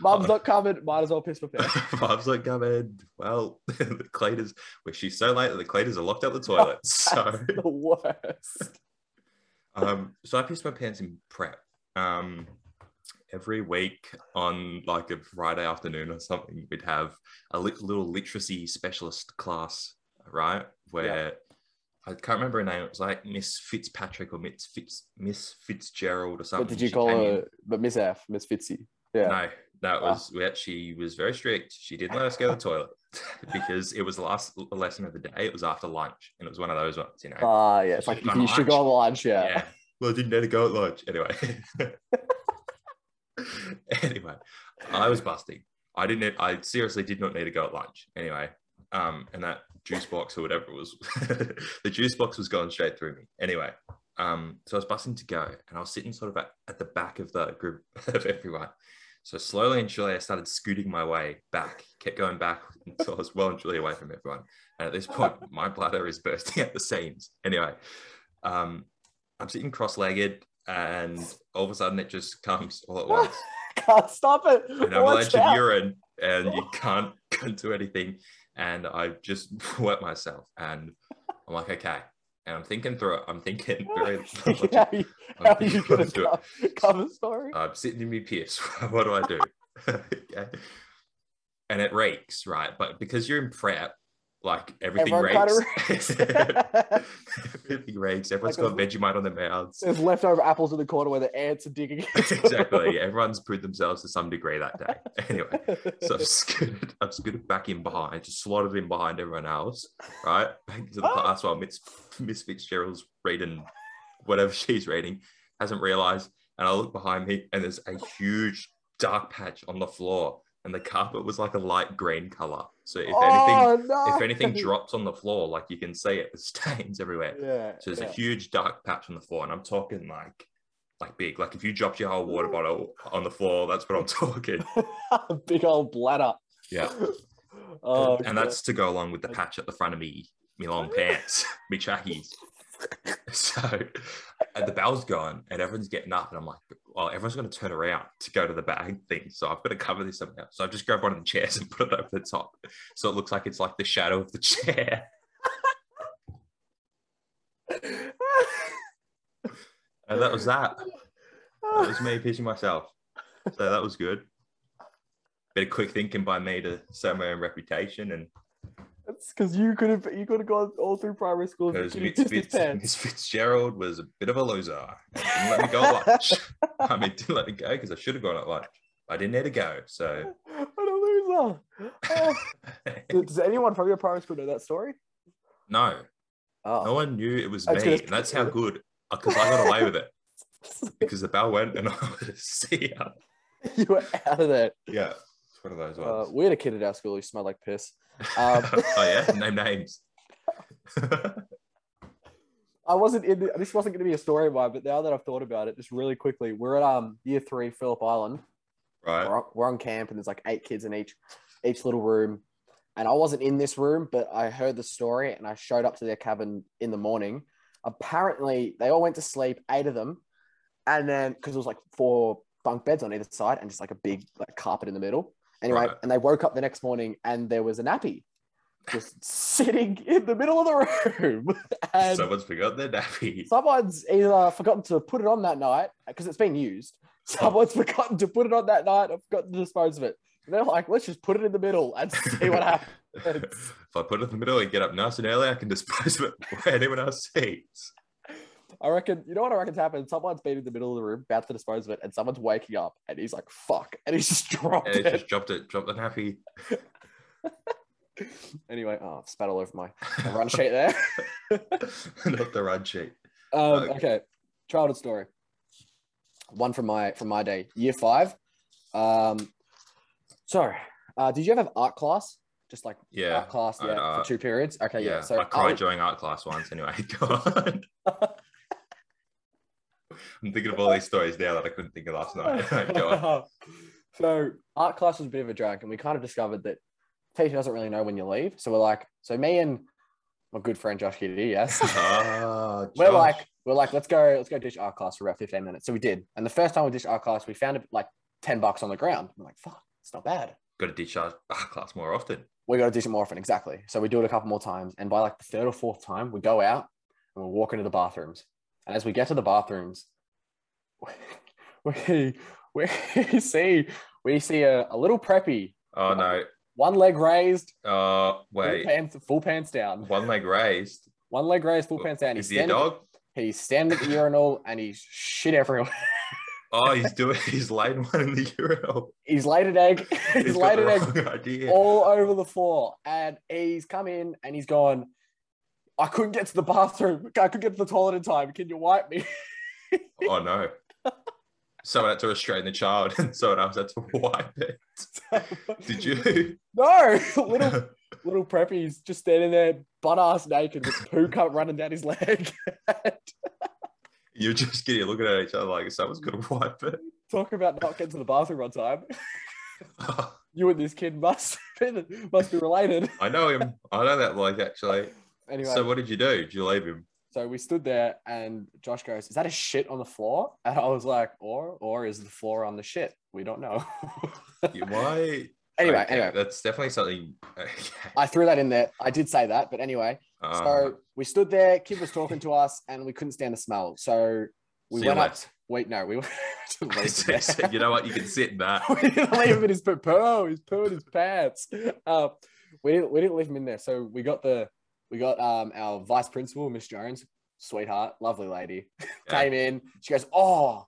S2: Mum's not coming. Might as well piss my pants.
S1: Bob's like, come in. Well, the cleaners, well, she's so late that the cleaners are locked up the toilet. So,
S2: That's the worst.
S1: um, so I pissed my pants in prep. Um, every week on like a Friday afternoon or something, we'd have a lit- little literacy specialist class, right? Where I can't remember her name. It was like Miss Fitzpatrick or Miss Fitz Miss Fitzgerald or something.
S2: What did you
S1: Um, She
S2: call
S1: came in.
S2: her? But Miss F, Miss Fitzy. Yeah.
S1: No, that
S2: Ah.
S1: was we she was very strict. She didn't let us go to the toilet because it was the last l- lesson of the day. It was after lunch, and it was one of those ones, you know.
S2: Ah, yeah. It's
S1: Should
S2: like
S1: we go
S2: you should go on lunch. Yeah.
S1: Well, I didn't let her go at lunch anyway. anyway, I was busting. I didn't. need- I seriously did not need to go at lunch anyway. Um, and that juice box or whatever it was, the juice box was going straight through me. Anyway, um, so I was busting to go, and I was sitting sort of at, at the back of the group of everyone. So slowly and surely, I started scooting my way back, kept going back until I was well and truly away from everyone. And at this point, my bladder is bursting at the seams. Anyway, um, I'm sitting cross-legged, and all of a sudden, it just comes all at once
S2: Can't stop it.
S1: an
S2: Watch
S1: avalanche of
S2: out.
S1: urine and you can't, can't do anything. And I just wet myself and I'm like, okay. And I'm thinking through it. I'm thinking very
S2: How you-
S1: I'm
S2: how you
S1: thinking
S2: gonna
S1: through it.
S2: co- cover story?
S1: I'm sitting in my piss. what do I do? okay. And it reeks, right? But because you're in prep, like everything
S2: Everyone kinda
S1: reeks.
S2: There's
S1: everything reeks. Everyone's
S2: Like a-
S1: got Vegemite on their mouths.
S2: leftover apples in the corner where the ants are digging.
S1: exactly. Everyone's proved themselves to some degree that day. Anyway. So I've scooted, I've scooted back in behind, just slotted in behind everyone else, right? Back to the
S2: Ah.
S1: class while Miss, Miss Fitzgerald's reading whatever she's reading, hasn't realized. And I look behind me and there's a huge dark patch on the floor. And the carpet was like a light green color. So if anything,
S2: oh, no.
S1: if anything drops on the floor, like you can see it, there's stains everywhere.
S2: yeah,
S1: So there's
S2: yeah.
S1: a huge dark patch on the floor, and I'm talking like, like big. Like if you dropped your whole
S2: Oh.
S1: water bottle on the floor, that's what I'm talking.
S2: big old bladder.
S1: Yeah.
S2: Oh,
S1: and
S2: God.
S1: that's to go along with the patch at the front of me, me long pants, me trackies. So and the bell's gone and everyone's getting up and I'm like, well, everyone's going to turn around to go to the bag thing. So I've got to cover this somehow. So I've just grabbed one of the chairs and put it over the top. So it looks like it's like the shadow of the chair. And that was that. That was me pissing myself. So that was good. Bit of quick thinking by me to save my own reputation and
S2: That's because you could have you could have gone all through primary school. if you
S1: Because Miss,
S2: could've pissed your
S1: Fitz,
S2: pants.
S1: Miss Fitzgerald was a bit of a loser. And didn't let me go at lunch. I mean, didn't let me go because I should have gone at lunch. I didn't need to go. So,
S2: What a loser! Oh. Does- Does anyone from your primary school know that story?
S1: no,
S2: Oh,
S1: no one knew it was
S2: That's
S1: me.
S2: good.
S1: And that's how good, because I got away with it because the bell went and I was see ya.
S2: Oh. you were out of there.
S1: Yeah, it's one of those
S2: Uh,
S1: ones.
S2: we had a kid at our school who smelled like piss. um,
S1: oh, yeah, name names.
S2: I wasn't in. The, this wasn't going to be a story of mine, but now that I've thought about it, just really quickly, we're at um year three, Phillip Island.
S1: right.
S2: We're on, we're on camp, and there's like eight kids in each each little room. And I wasn't in this room, but I heard the story, and I showed up to their cabin in the morning. Apparently, they all went to sleep, eight of them, and then because it was like four bunk beds on either side, and just like a big like carpet in the middle. Anyway,
S1: Right.
S2: and they woke up the next morning, and there was a nappy just sitting in the middle of the room. and
S1: Someone's forgot their nappy.
S2: someone's either forgotten to put it on that night because it's been used. Someone's forgotten to put it on that night. I've forgotten to dispose of it. And they're like, let's just put it in the middle and see what happens.
S1: if I put it in the middle and get up nice and early, I can dispose of it where anyone else sees.
S2: I reckon, you know what I reckon's happened? Someone's been in the middle of the room, about to dispose of it, and someone's waking up and he's like, fuck. And he's just dropped
S1: And it
S2: it.
S1: just dropped it, dropped the nappy.
S2: Anyway, oh, I've spat all over my, my run sheet there.
S1: Not the run sheet.
S2: Um,
S1: Okay.
S2: okay, childhood story. One from my from my day, year five. Um, so, uh, did you ever have art class just like
S1: Yeah,
S2: art class
S1: art,
S2: yeah,
S1: art.
S2: for two periods. Okay, yeah.
S1: yeah,
S2: So
S1: I cried
S2: would-
S1: during art class once. Anyway, God. I'm thinking of all these stories now that I couldn't think of last night. God.
S2: so art class was a bit of a drag, and we kind of discovered that teacher doesn't really know when you leave. So we're like, so me and my good friend Josh Kiddy, yes,
S1: Ah,
S2: we're
S1: Josh.
S2: like, we're like, let's go, let's go dish art class for about fifteen minutes. So we did, and the first time we dished art class, we found it like ten bucks on the ground. I'm like, fuck, it's not bad.
S1: got to ditch art art class more often.
S2: we got to do some more often. Exactly. So we do it a couple more times. And by like the third or fourth time, we go out and we walk into the bathrooms. And as we get to the bathrooms, we, we, we see we see a, a little preppy,
S1: Oh no!
S2: one leg raised,
S1: Oh
S2: full
S1: wait,
S2: pants, full pants down.
S1: one leg raised.
S2: One leg raised, full pants down.
S1: Is he a
S2: standing,
S1: dog?
S2: He's standing at the urinal and he's shit everywhere.
S1: Oh, he's doing. He's laying one in the urinal.
S2: He's laid an egg. He's,
S1: got
S2: laid
S1: the
S2: an egg
S1: wrong idea.
S2: all over the floor. And he's come in and he's gone, I couldn't get to the bathroom. I couldn't get to the toilet in time. Can you wipe me?
S1: Oh no! Someone had to restrain the child, and someone else had to wipe it. Did you?
S2: No, little little preppy's just standing there, butt ass naked, with poo cup running down his leg.
S1: You're just kidding. Looking at each other like someone's gonna wipe it.
S2: Talk about not getting to the bathroom on time. You and this kid must be, must be related.
S1: I know him. I know that bloke actually.
S2: Anyway,
S1: So
S2: so,
S1: what did you do? Did you leave him?
S2: we stood there, and Josh goes, "Is that a shit on the floor?" And I was like, "Or, or is the floor on the shit? We don't know."
S1: You- Why?
S2: anyway,
S1: Okay,
S2: anyway,
S1: that's definitely something. Okay.
S2: I threw that in there. I did say that, but anyway.
S1: Uh,
S2: so we stood there. Kid was talking to us, and we couldn't stand the smell. So we
S1: See you
S2: went up.
S1: later.
S2: Wait, no, we went. to
S1: I
S2: leave
S1: said-
S2: it there.
S1: said, you know what? You can sit in that.
S2: we didn't leave him in his poo. poo, He's poo in his pants. Uh, we didn't. We didn't leave him in there. So we got the. We got um our vice principal, Miss Jones, sweetheart, lovely lady,
S1: Yeah.
S2: came in. She goes, oh.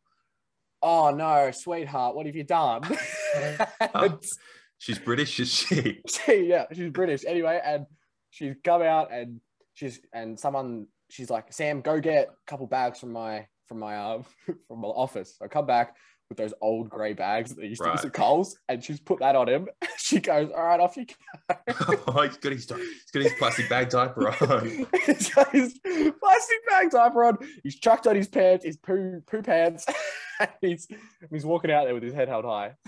S2: Oh no, sweetheart! What have you done? And-
S1: She's British, is she?
S2: she yeah, she's British anyway, and she's come out and she's and someone she's like, Sam, go get a couple bags from my from my um from my office. So I come back with those old grey bags that they used to
S1: Right.
S2: use at Coles, and she's put that on him. She goes, All right, off you go.
S1: oh, he's got his he's got his plastic bag diaper on.
S2: he's got his plastic bag diaper on, he's chucked on his pants, his poo poo pants, and he's he's walking out there with his head held high.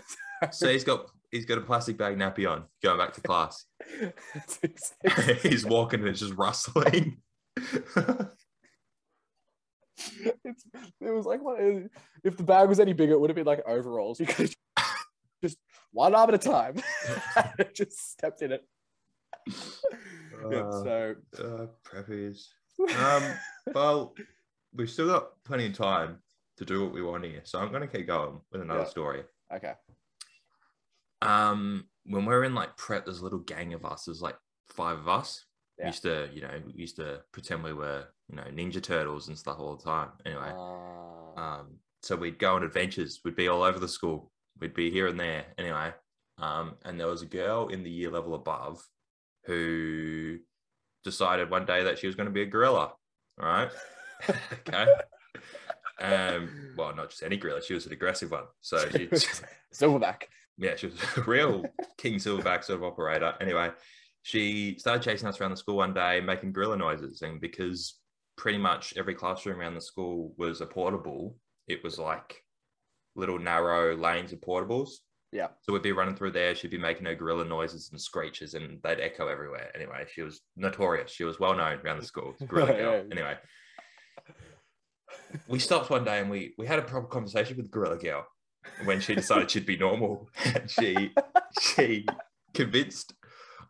S1: So he's got he's got a plastic bag nappy on, going back to class.
S2: It's- it's-
S1: he's walking and it's just rustling. Uh,
S2: it's, it was like what is- if the bag was any bigger, it would have been like overalls. You could just one arm at a time, just stepped in it. Yeah,
S1: Uh,
S2: so
S1: uh, preppies. Um, well, we've still got plenty of time to do what we want here, so I'm going to keep going with another
S2: Yeah.
S1: story.
S2: okay,
S1: Um, when we were in like prep, there's a little gang of us. There's like five of us. We
S2: Yeah.
S1: Used to, you know, we used to pretend we were, you know, Ninja Turtles and stuff all the time. Anyway,
S2: Uh,
S1: Um, so we'd go on adventures. We'd be all over the school. We'd be here and there. Anyway, um, and there was a girl in the year level above who decided one day that she was going to be a gorilla. All right. okay. Um, well, not just any gorilla. She was an aggressive one. So she,
S2: silverback.
S1: yeah, she was a real King Silverback sort of operator. Anyway, she started chasing us around the school one day, making gorilla noises. And because pretty much every classroom around the school was a portable, it was like little narrow lanes of portables.
S2: Yeah.
S1: So we'd be running through there. She'd be making her gorilla noises and screeches, and they'd echo everywhere. Anyway, she was notorious. She was well known around the school. Gorilla
S2: Right,
S1: girl.
S2: right.
S1: Anyway, we stopped one day and we we had a proper conversation with Gorilla Girl when she decided she'd be normal. And she she convinced,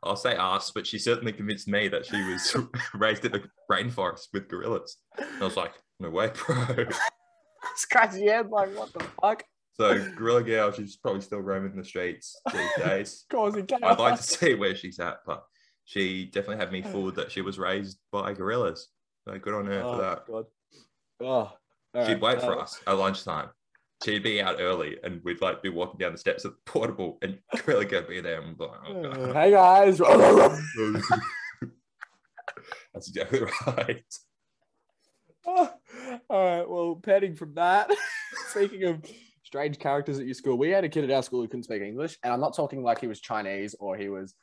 S1: I'll say us, but she certainly convinced me that she was raised in the rainforest with gorillas. And I was like, no way, bro.
S2: Scratch your head like what the fuck
S1: So Gorilla Girl, she's probably still roaming the streets these days.
S2: causing chaos?
S1: I'd like to see where she's at, but she definitely had me
S2: Hmm.
S1: fooled that she was raised by gorillas. So good on her
S2: oh,
S1: for that.
S2: God. Oh, all
S1: She'd
S2: right,
S1: wait for
S2: uh,
S1: us at lunchtime. She'd be out early and we'd like be walking down the steps of the portable and Gorilla Girl would be there and we'd be like, oh, God.
S2: uh, hey guys, oh,
S1: That's exactly right.
S2: all right. Well, petting from that. Speaking of strange characters at your school, we had a kid at our school who couldn't speak English, and I'm not talking like he was Chinese or he was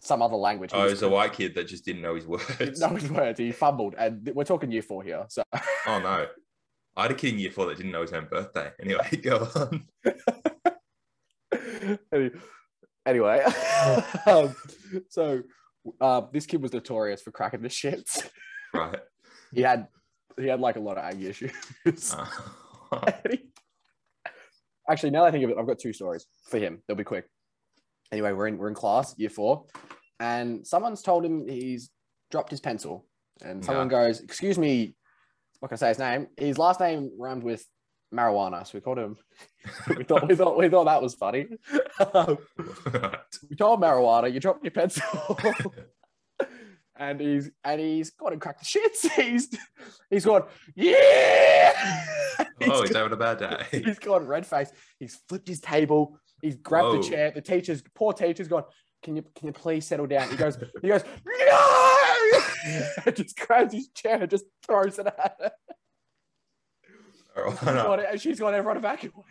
S2: some other language. He
S1: Oh, it
S2: was-
S1: was a white kid that just didn't know his words.
S2: No, his words. He fumbled, and we're talking year four here. So
S1: Oh no. I had a kid in year four that didn't know his own birthday. Anyway, go on.
S2: Any- anyway, um, so uh, this kid was notorious for cracking the shits.
S1: Right.
S2: He had he had like a lot of anger issues.
S1: Uh,
S2: Actually, now that I think of it, I've got two stories for him. They'll be quick. Anyway, we're in we're in class, year four, and someone's told him he's dropped his pencil. And someone goes, "Excuse me, what can I say his name? His last name rhymed with marijuana, so we called him. we thought we thought we thought that was funny.
S1: right.
S2: we told marijuana, you dropped your pencil. and he's and he's gone and cracked the shits. He's he's gone, yeah.
S1: Oh, he's having a bad day.
S2: He's gone red face. He's flipped his table. He's grabbed
S1: Whoa.
S2: the chair. The teacher's poor teacher's gone. Can you can you please settle down? He goes. He goes. No! And just grabs his chair and just throws it at her.
S1: All right.
S2: She's gone- and she's gone. Everyone evacuates.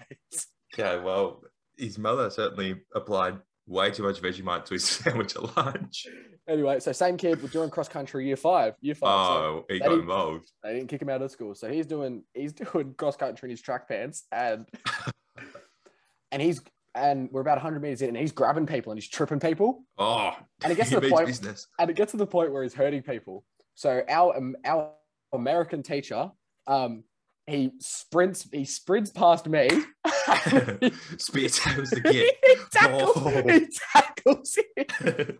S1: Okay, well, his mother certainly applied way too much Vegemite to his sandwich at lunch.
S2: Anyway, so same kid. We're doing cross country year five. Year five. so
S1: Oh, he
S2: that
S1: got
S2: is-
S1: involved.
S2: They didn't kick him out of school, so he's doing he's doing cross country in his track pants, and and he's and we're about 100 meters in, and he's grabbing people and he's tripping people,
S1: Oh,
S2: And it gets
S1: he
S2: to the
S1: means
S2: point-
S1: business.
S2: and it gets to the point where he's hurting people. So our um, our American teacher, um, he sprints he sprints past me.
S1: Spear tackles the
S2: he,
S1: kid.
S2: tackles, he tackles him,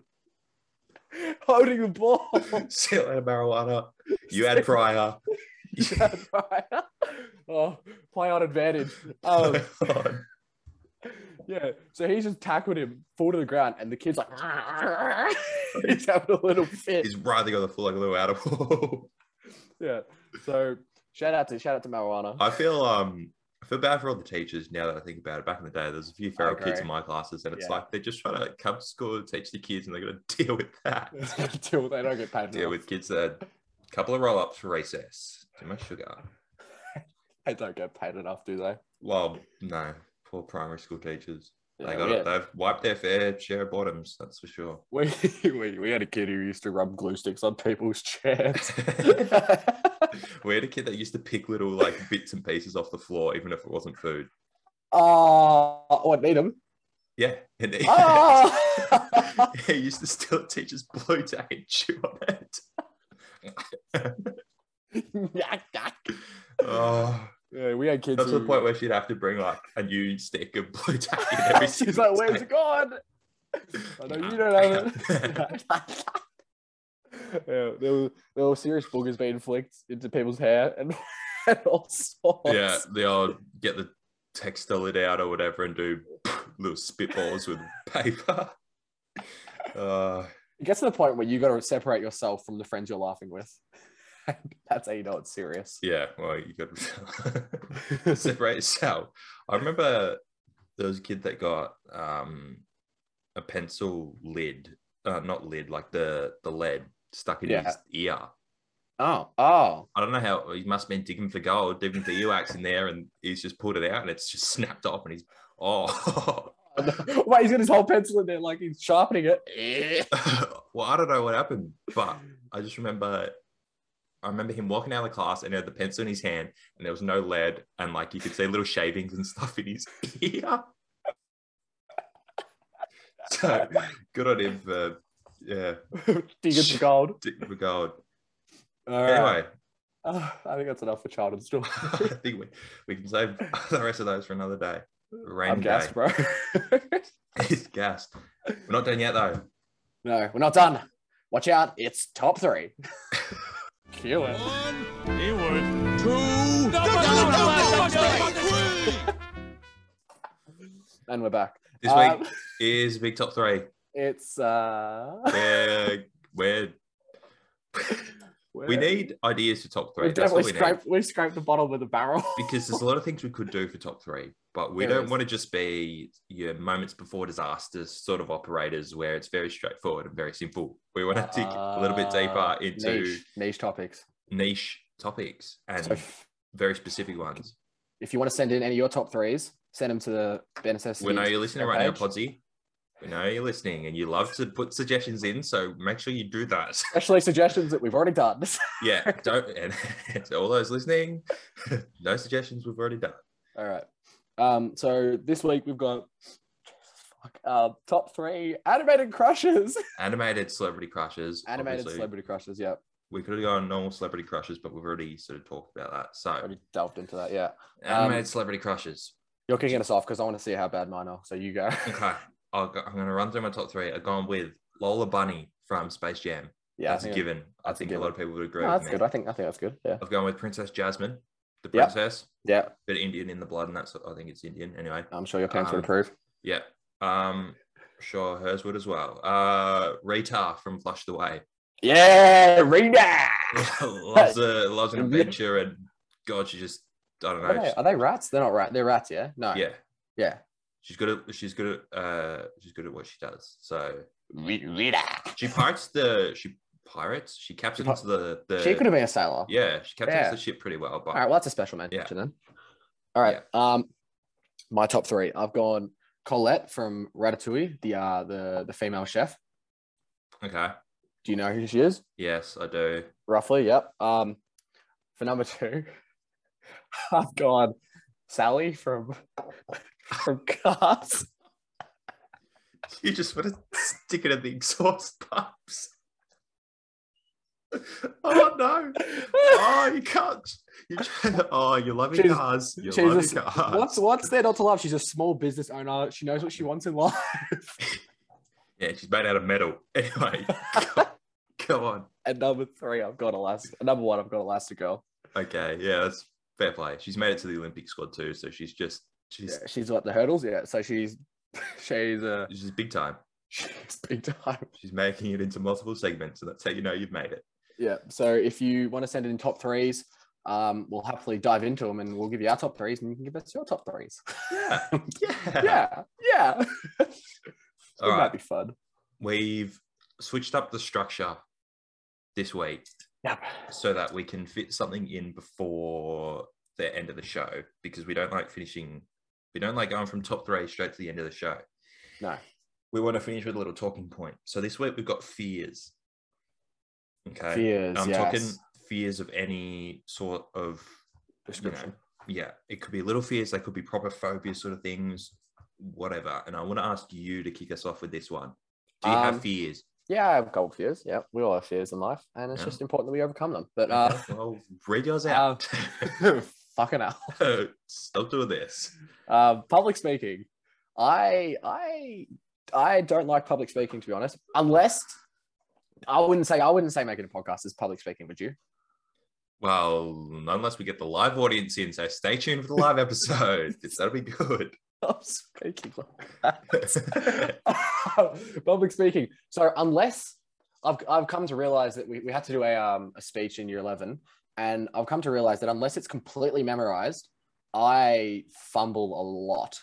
S2: holding the ball.
S1: See you later, marijuana. You had prior.
S2: oh, play on advantage. Um, Yeah. So he's just tackled him, fall to the ground, and the kid's like, he's having a little fit.
S1: He's writhing on the floor like a little animal.
S2: Yeah. So shout out to shout out to marijuana.
S1: I feel um I feel bad for all the teachers now that I think about it. Back in the day, there's a few feral kids
S2: agree.
S1: in my classes, and it's
S2: Yeah.
S1: like they're just trying to come to school and teach the kids, and they're going to deal with that.
S2: Till they don't get paid
S1: deal
S2: enough.
S1: with kids that a couple of roll ups for recess. Too much sugar.
S2: They don't get paid enough, do they?
S1: Well, no, poor primary school teachers. they
S2: Yeah,
S1: got
S2: we,
S1: it. They've wiped their fair share of bottoms. That's for sure.
S2: Had, we, we, we had a kid who used to rub glue sticks on people's chairs.
S1: we had a kid that used to pick little like bits and pieces off the floor, even if it wasn't food.
S2: Oh, oh, I need them.
S1: Yeah, and he,
S2: Ah! Oh!
S1: he used to steal teachers' blue tape and chew on it.
S2: Yak, yak.
S1: Oh,
S2: yeah, we had kids.
S1: that's the
S2: who-
S1: point where she'd have to bring like a new stick of blue tape. in Every
S2: She's
S1: single
S2: like, where's
S1: day.
S2: it gone? I know you don't have it. yeah, there were, there were serious boogers being flicked into people's hair and, and all sorts.
S1: Yeah, they all get the textile out or whatever and do little spitballs with paper. Uh,
S2: It gets to the point where you got to separate yourself from the friends you're laughing with. That's how you know it's serious.
S1: yeah, well, you got to separate yourself. I remember there was a kid that got um, a pencil lid, uh, not lid, like the the lead stuck in his ear.
S2: Oh, oh.
S1: I don't know how he must have been digging for gold, digging for earwax in there, and he's just pulled it out and it's just snapped off, and he's oh.
S2: Wait, he's got his whole pencil in there, like he's sharpening it.
S1: well, I don't know what happened, but I just remember, I remember him walking out of the class and he had the pencil in his hand, and there was no lead, and like you could see little shavings and stuff in his ear. So good on him for yeah,
S2: Digging for gold.
S1: digging for gold.
S2: All right.
S1: Anyway,
S2: Oh, I think that's enough for childhood stories.
S1: I think we, we can save the rest of those for another day. Rain
S2: I'm
S1: day.
S2: gassed, bro.
S1: He's gassed. We're not done yet though.
S2: no, we're not done. Watch out. It's top three. Kill it.
S3: One, Hayward, two, no, no, no, no, no, no,
S2: And we're back.
S1: This
S2: Uh,
S1: week is big top three.
S2: It's uh
S1: We're, we're We
S2: we're-
S1: need ideas for top three.
S2: we've
S1: That's what
S2: definitely
S1: we need.
S2: scraped we've scraped the bottom with a barrel.
S1: Because there's a lot of things we could do for top three, but we
S2: There
S1: don't
S2: is.
S1: want to just be your moments before disasters sort of operators where it's very straightforward and very simple. We want to dig a little bit deeper
S2: Uh,
S1: into niche,
S2: niche, niche topics.
S1: topics and
S2: So if,
S1: very specific ones.
S2: if you want to send in any of your top threes, send them to the Ben
S1: We know
S2: Necessities.
S1: you're listening right now,
S2: page.
S1: Podsy. We know you're listening and you love to put suggestions in, so make sure you do that.
S2: Especially suggestions that we've already done.
S1: yeah, don't. And to all those listening, no suggestions we've already done.
S2: All right. Um, so this week we've got fuck, uh, top three animated crushes.
S1: Animated celebrity crushes.
S2: Animated
S1: obviously.
S2: celebrity crushes. Yeah,
S1: We could have gone normal celebrity crushes, but we've already sort of talked about that. So
S2: already um, delved into that. Yeah,
S1: animated celebrity crushes.
S2: you're kicking us off because I want to see how bad mine are. So you go.
S1: Okay, I'll go, I'm going to run through my top three. I've gone with Lola Bunny from Space Jam.
S2: yeah, I
S1: that's a
S2: think-
S1: given. I
S2: that's a
S1: think a
S2: given.
S1: lot of people would agree.
S2: No,
S1: with
S2: that's
S1: me.
S2: good. I think I think that's good. Yeah,
S1: I've gone with Princess Jasmine, the
S2: Yep.
S1: princess,
S2: yeah.
S1: bit Indian in the blood, and that's I think it's Indian anyway.
S2: I'm sure your parents
S1: Um,
S2: would approve.
S1: Yeah. Um, sure, hers would as well. Uh, Rita from Flushed Away
S2: Yeah, Rita.
S1: loves a loves an adventure, and God, she just I don't
S2: What Are
S1: know.
S2: they, are they rats? They're not rats. They're rats. Yeah. No.
S1: she- yeah,
S2: Yeah.
S1: she's good at she's good at uh she's good at what she does. So
S2: Rita.
S1: she pirates the she pirates she captains
S2: pi-
S1: the the
S2: She could have been a sailor.
S1: yeah she captains
S2: Yeah.
S1: the ship pretty well. But
S2: All right, well, that's a special mention
S1: Yeah.
S2: then. All right. Um, my top three. I've gone Colette from Ratatouille, the uh, the the female chef.
S1: okay,
S2: Do you know who she is?
S1: yes, I do.
S2: Roughly, yep. Um, for number two, I've gone Sally from from Cars.
S1: You just want to stick it at the exhaust pipes. Oh no! Oh, you can't. You, oh, you love your
S2: She's-
S1: cars. You
S2: she's
S1: love
S2: just-
S1: your cars.
S2: What's what's there not to love? She's a small business owner. She knows what she wants in life.
S1: Yeah, she's made out of metal. Anyway, go, go on.
S2: And number three, I've got Elastic. Number one, I've got Elastigirl.
S1: Okay, yeah, that's fair play. She's made it to the Olympic squad too, so she's just she's
S2: Yeah, she's what the hurdles. Yeah, so she's she's uh
S1: she's big time.
S2: she's big time.
S1: She's making it into multiple segments, and that's how you know you've made it.
S2: Yeah. So if you want to send it in top threes, um, we'll happily dive into them and we'll give you our top threes and you can give us your top threes.
S1: Yeah, yeah,
S2: yeah. Yeah.
S1: All
S2: it
S1: right,
S2: might be fun.
S1: we've switched up the structure this week.
S2: Yeah.
S1: so that we can fit something in before the end of the show because we don't like finishing we don't like going from top three straight to the end of the show
S2: No.
S1: we want to finish with a little talking point so this week we've got fears okay
S2: Fears.
S1: i'm
S2: yes.
S1: talking fears of any sort of
S2: description.
S1: yeah it could be little fears they could be proper phobia sort of things whatever and i want to ask you to kick us off with this one do you
S2: Um,
S1: have fears
S2: Yeah, I have gold fears. Yeah. We all have fears in life. And it's
S1: Yeah.
S2: just important that we overcome them. But uh
S1: well read yours out
S2: fucking hell.
S1: stop doing this
S2: Um, public speaking. I I I don't like public speaking to be honest. Unless I wouldn't say I wouldn't say making a podcast is public speaking, would you?
S1: Well, unless we get the live audience in, so stay tuned for the live episode. That'll be good.
S2: I'm speaking like that. Public speaking. So unless I've, I've come to realize that we, we had to do a, um, a speech in year 11 and I've come to realize that unless it's completely memorized, I fumble a lot.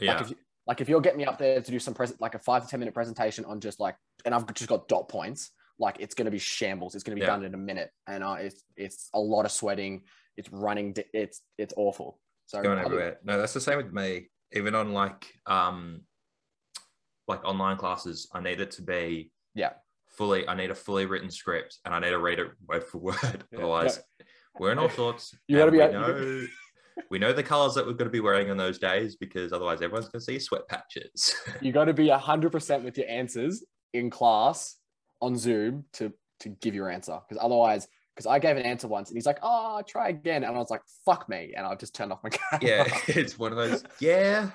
S1: yeah,
S2: Like if you, like if you're getting me up there to do some present, like a five to 10 minute presentation on just like, and I've just got dot points, like it's going to be shambles. It's going to be
S1: Yeah.
S2: done in a minute. And I, it's, it's a lot of sweating. It's running. d- It's, it's awful. So
S1: going
S2: public-
S1: everywhere. No, that's the same with me. Even on like um like online classes, I need it to be
S2: Yeah.
S1: fully. I need a fully written script, and I need to read it word for word.
S2: Yeah.
S1: Otherwise, we're in all sorts.
S2: You gotta
S1: and
S2: be
S1: We
S2: out-
S1: know, we know the colors that we're going to be wearing on those days because otherwise, everyone's going to see sweat patches.
S2: you got to be 100% with your answers in class on zoom to to give your answer because otherwise because i gave an answer once and he's like oh try again and i was like fuck me and i've just turned off my camera
S1: yeah, it's one of those. Yeah,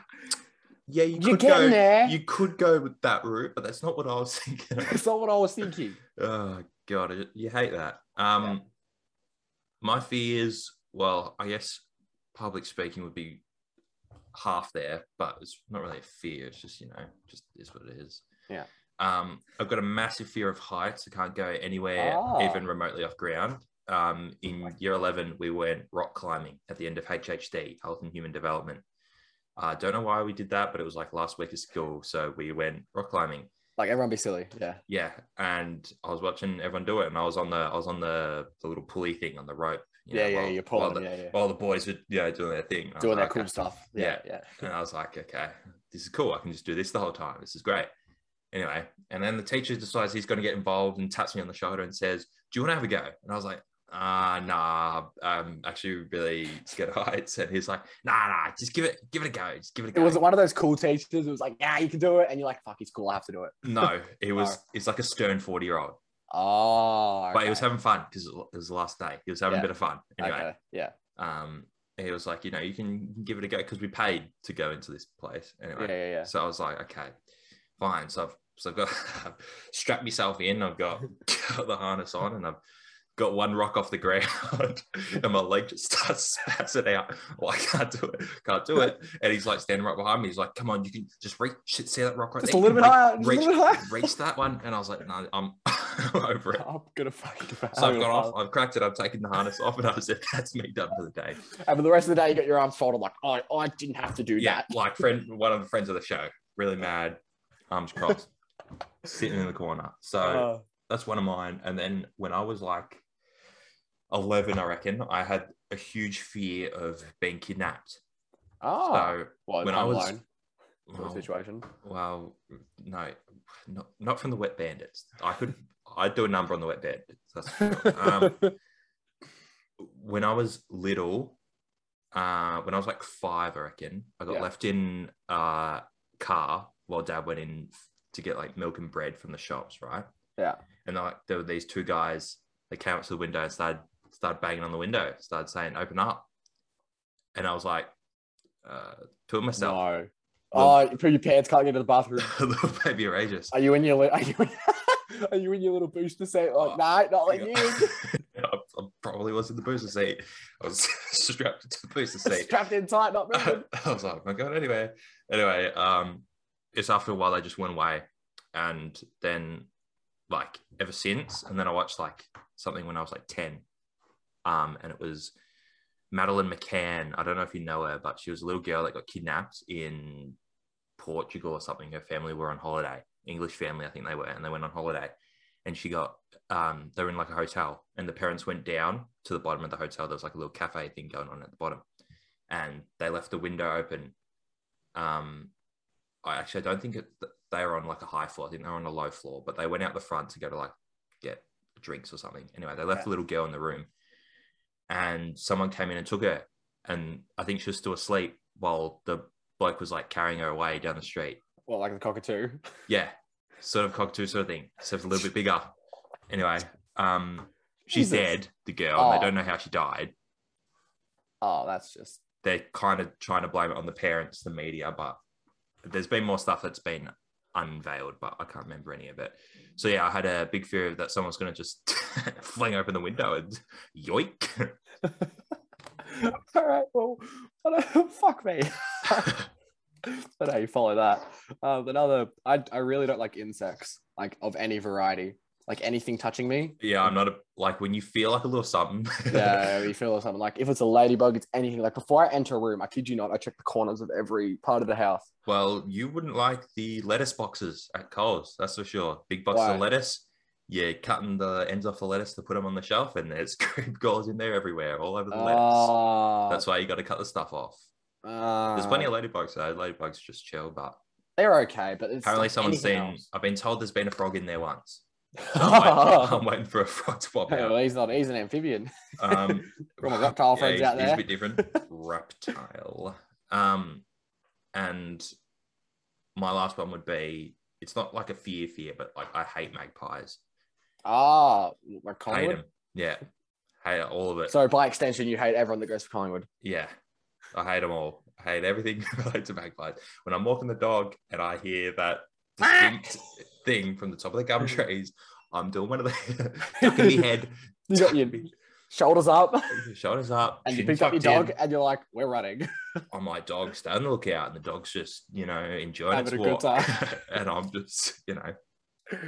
S1: yeah, you
S2: you're
S1: could
S2: getting
S1: go.
S2: there
S1: You could go with that route, but that's not what I was thinking. of.
S2: that's not what i was thinking
S1: oh god, I- you hate that. Um, my fears. Well, I guess public speaking would be half there, but it's not really a fear. It's just you know, just is what it is.
S2: Yeah.
S1: Um, I've got a massive fear of heights. I can't go anywhere
S2: Ah.
S1: even remotely off ground. Um, in year eleven, we went rock climbing at the end of HHD, Health and Human Development. I don't know why we did that, but it was like last week of school, so we went rock climbing
S2: like everyone be silly yeah
S1: yeah and i was watching everyone do it and i was on the i was on the, the little pulley thing on the rope you
S2: yeah
S1: know,
S2: yeah
S1: while-
S2: you're
S1: while
S2: pulling
S1: the,
S2: yeah, yeah.
S1: while the boys were you know doing their thing And I was
S2: doing
S1: like,
S2: that cool
S1: okay.
S2: stuff yeah
S1: Yeah.
S2: yeah
S1: and i was like okay this is cool i can just do this the whole time this is great Anyway, and then the teacher decides he's going to get involved and taps me on the shoulder and says, "Do you want to have a go?" And I was like, "Ah, nah, I'm actually really scared of heights." And he's like, "Nah, nah, just give it, give it a go, just give it a
S2: It
S1: go."
S2: was one of those cool teachers. It was like, yeah, you can do it, and you're like, fuck, he's cool. I have to do it.
S1: no, it was it's like a stern forty year old,
S2: Oh,
S1: but he was having fun because it was the last day. He was having
S2: Yeah.
S1: a bit of fun anyway.
S2: okay, yeah,
S1: Um, he was like, "You know, you can give it a go because we paid to go into this place anyway."
S2: yeah, yeah, yeah.
S1: So I was like, okay, fine. So I've so I've got I've strapped myself in. I've got, got the harness on, and I've got one rock off the ground, and my leg just starts spazzing out. Well, I can't do it. Can't do it. And he's like standing right behind me. He's like, come on, you can just reach. See that rock right
S2: Just a
S1: there? You
S2: little bit
S1: can
S2: higher. Just a
S1: reach-
S2: little bit higher.
S1: reach, reach that one. And I was like, no, I'm over it.
S2: I'm gonna fucking.
S1: So I've gone off. I've cracked it. I've taken the harness off, and I was like, that's me done for the day.
S2: And for the rest of the day, you got your arms folded, like, oh, I didn't have to do
S1: yeah,
S2: that.
S1: like friend, one of the friends of the show, really mad, arms crossed, sitting in the corner. So
S2: Uh,
S1: that's one of mine. And then when I was like eleven, I reckon I had a huge fear of being kidnapped.
S2: oh,
S1: So
S2: well,
S1: when
S2: I'm
S1: I was-
S2: alone. sort of
S1: well,
S2: situation.
S1: well, no, not not from the wet bandits. I could, I'd do a number on the wet bandits. That's for sure. um, when I was little, uh, when I was like five, I reckon, I got
S2: Yeah.
S1: left in uh, car while dad went in f- to get like milk and bread from the shops, right?
S2: Yeah.
S1: And like there were these two guys that came up to the window and started started banging on the window, started saying, "Open up," and I was like, uh, to myself,
S2: no. Oh, you put your pants can't get to the bathroom.
S1: little baby outrageous.
S2: Are you in your? li- Are you? Are you in your little booster seat? Like,
S1: Oh,
S2: nah, not like you.
S1: I I probably was in the booster seat. I was strapped to the booster seat.
S2: Strapped in tight, not
S1: I
S2: moving.
S1: was like, "Oh my God, anyway. Anyway, um, it's after a while I just went away. And then like ever since, and then I watched like something when I was like 10. Um, and it was Madeline McCann. I don't know if you know her, but she was a little girl that got kidnapped in Portugal or something. Her family were on holiday, English family, I think they were, and they went on holiday. And she got um, they were in like a hotel, and the parents went down to the bottom of the hotel. There was like a little cafe thing going on at the bottom, and they left the window open. Um, I actually I don't think it, they were on like a high floor. I think they were on a low floor, but they went out the front to go to like get drinks or something. Anyway, they left
S2: Yeah.
S1: a little girl in the room, and someone came in and took her. And I think she was still asleep while the bloke was like carrying her away down the street.
S2: Well, like the cockatoo.
S1: Yeah, sort of cockatoo sort of thing, except a little bit bigger. Anyway, um, she's
S2: Jesus.
S1: dead, the girl, and
S2: Oh.
S1: they don't know how she died.
S2: Oh, that's just
S1: They're kind of trying to blame it on the parents, the media, but there's been more stuff that's been unveiled, but I can't remember any of it. So yeah, I had a big fear of that someone's going to just fling open the window and yoink.
S2: all right. Well, I don't, fuck me. I know you follow that. Um, another, I, I really don't like insects, like of any variety, like anything touching me.
S1: yeah, I'm not a, like when you feel like a little something.
S2: Yeah, you feel or something like if it's a ladybug, it's anything. Like before I enter a room, I kid you not, I check the corners of every part of the house.
S1: Well, you wouldn't like the lettuce boxes at Coles, that's for sure. Big box
S2: Why?
S1: of lettuce. You're cutting the ends off the lettuce to put them on the shelf, and there's cream goals in there everywhere, all over the lettuce.
S2: Oh,
S1: That's why you got to cut the stuff off. There's plenty
S2: Um,
S1: of ladybugs though. Ladybugs just chill, but
S2: ah. They're okay, but it's
S1: apparently
S2: like
S1: someone's seen.
S2: anything
S1: I've been told there's been a frog in there once. I'm, waiting,
S2: else.
S1: I'm waiting for a frog to pop
S2: Well,
S1: out.
S2: he's not. He's an amphibian.
S1: Um,
S2: From a reptile friends
S1: he's-
S2: out
S1: he's
S2: there.
S1: a bit different. reptile. Um, and my last one would be it's not like a fear fear, but like I hate magpies.
S2: Ah, like
S1: Hate
S2: Collingwood.
S1: them. Yeah, hate all of it.
S2: So by extension, you hate everyone that goes for Collingwood.
S1: yeah, I hate them all. I hate everything related to magpies. When I'm walking the dog and I hear that distinct thing from the top of the gum trees, I'm doing one of the tucking my head,
S2: You got your shoulders up,
S1: shoulders up,
S2: and you
S1: chin
S2: pick up your
S1: tucked in.
S2: dog, and you're like, "We're running."
S1: on my dog, stay on the lookout, and the dog's just, you know, enjoying its
S2: Having a good
S1: walk.
S2: time.
S1: and I'm just, you know,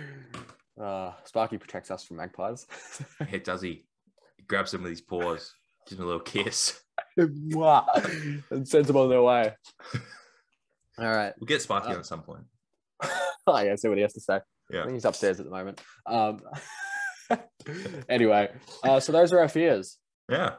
S2: Uh, Sparky protects us from magpies.
S1: it does he grabs him with his paws, gives him a little kiss.
S2: Mwah. and sends them on their way. All right.
S1: We'll get Sparky
S2: Uh,
S1: on at some point.
S2: Oh, yeah, see what he has to say. I
S1: Yeah.
S2: think he's upstairs at the moment. Um, anyway, uh, so those are our fears.
S1: Yeah.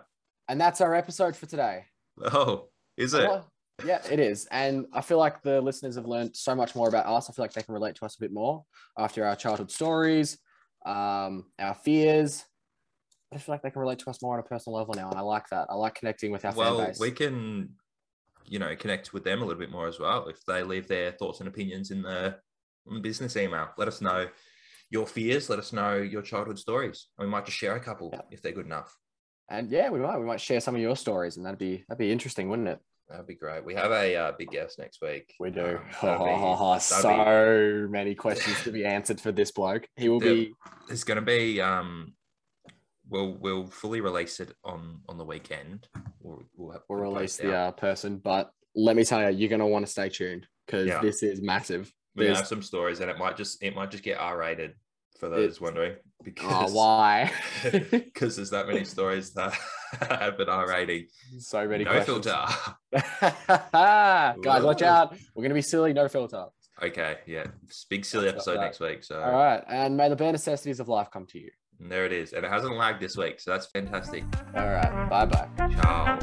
S2: And that's our episode for today.
S1: Oh, is
S2: I
S1: it?
S2: wa- Yeah, it is. And I feel like the listeners have learned so much more about us. I feel like they can relate to us a bit more after our childhood stories, um, our fears. I feel like they can relate to us more on a personal level now. And I like that. I like connecting with our fan
S1: well,
S2: base.
S1: we can, you know, connect with them a little bit more as well if they leave their thoughts and opinions in the, in the business email. Let us know your fears. Let us know your childhood stories. We might just share a couple
S2: Yeah.
S1: if they're good enough.
S2: and yeah, we might. We might share some of your stories and that'd be that'd be interesting, wouldn't it?
S1: That'd be great. We have a uh, big guest next week.
S2: We do.
S1: Um, that'll be-
S2: so many questions to be answered for this bloke. He will be
S1: it's going to be. Um, we'll we'll fully release it on on the weekend. We'll we'll, have,
S2: we'll
S1: post
S2: release
S1: out.
S2: the uh, person, but let me tell you, you're gonna want to stay tuned because
S1: Yeah.
S2: this is massive.
S1: We're gonna
S2: uh, There's-
S1: have some stories, and it might just it might just get R rated for those wondering
S2: Oh,
S1: because
S2: why?
S1: because there's that many stories that have been R rating.
S2: so many
S1: No
S2: questions.
S1: filter.
S2: Guys, watch
S1: Ooh.
S2: out. We're gonna be silly, no filter.
S1: Okay, yeah, big silly
S2: That's
S1: episode
S2: not bad.
S1: next week. So
S2: All right. And may the bare necessities of life come to you.
S1: and there it is, and it hasn't lagged this week, so that's fantastic.
S2: All right. Bye bye.
S1: Ciao.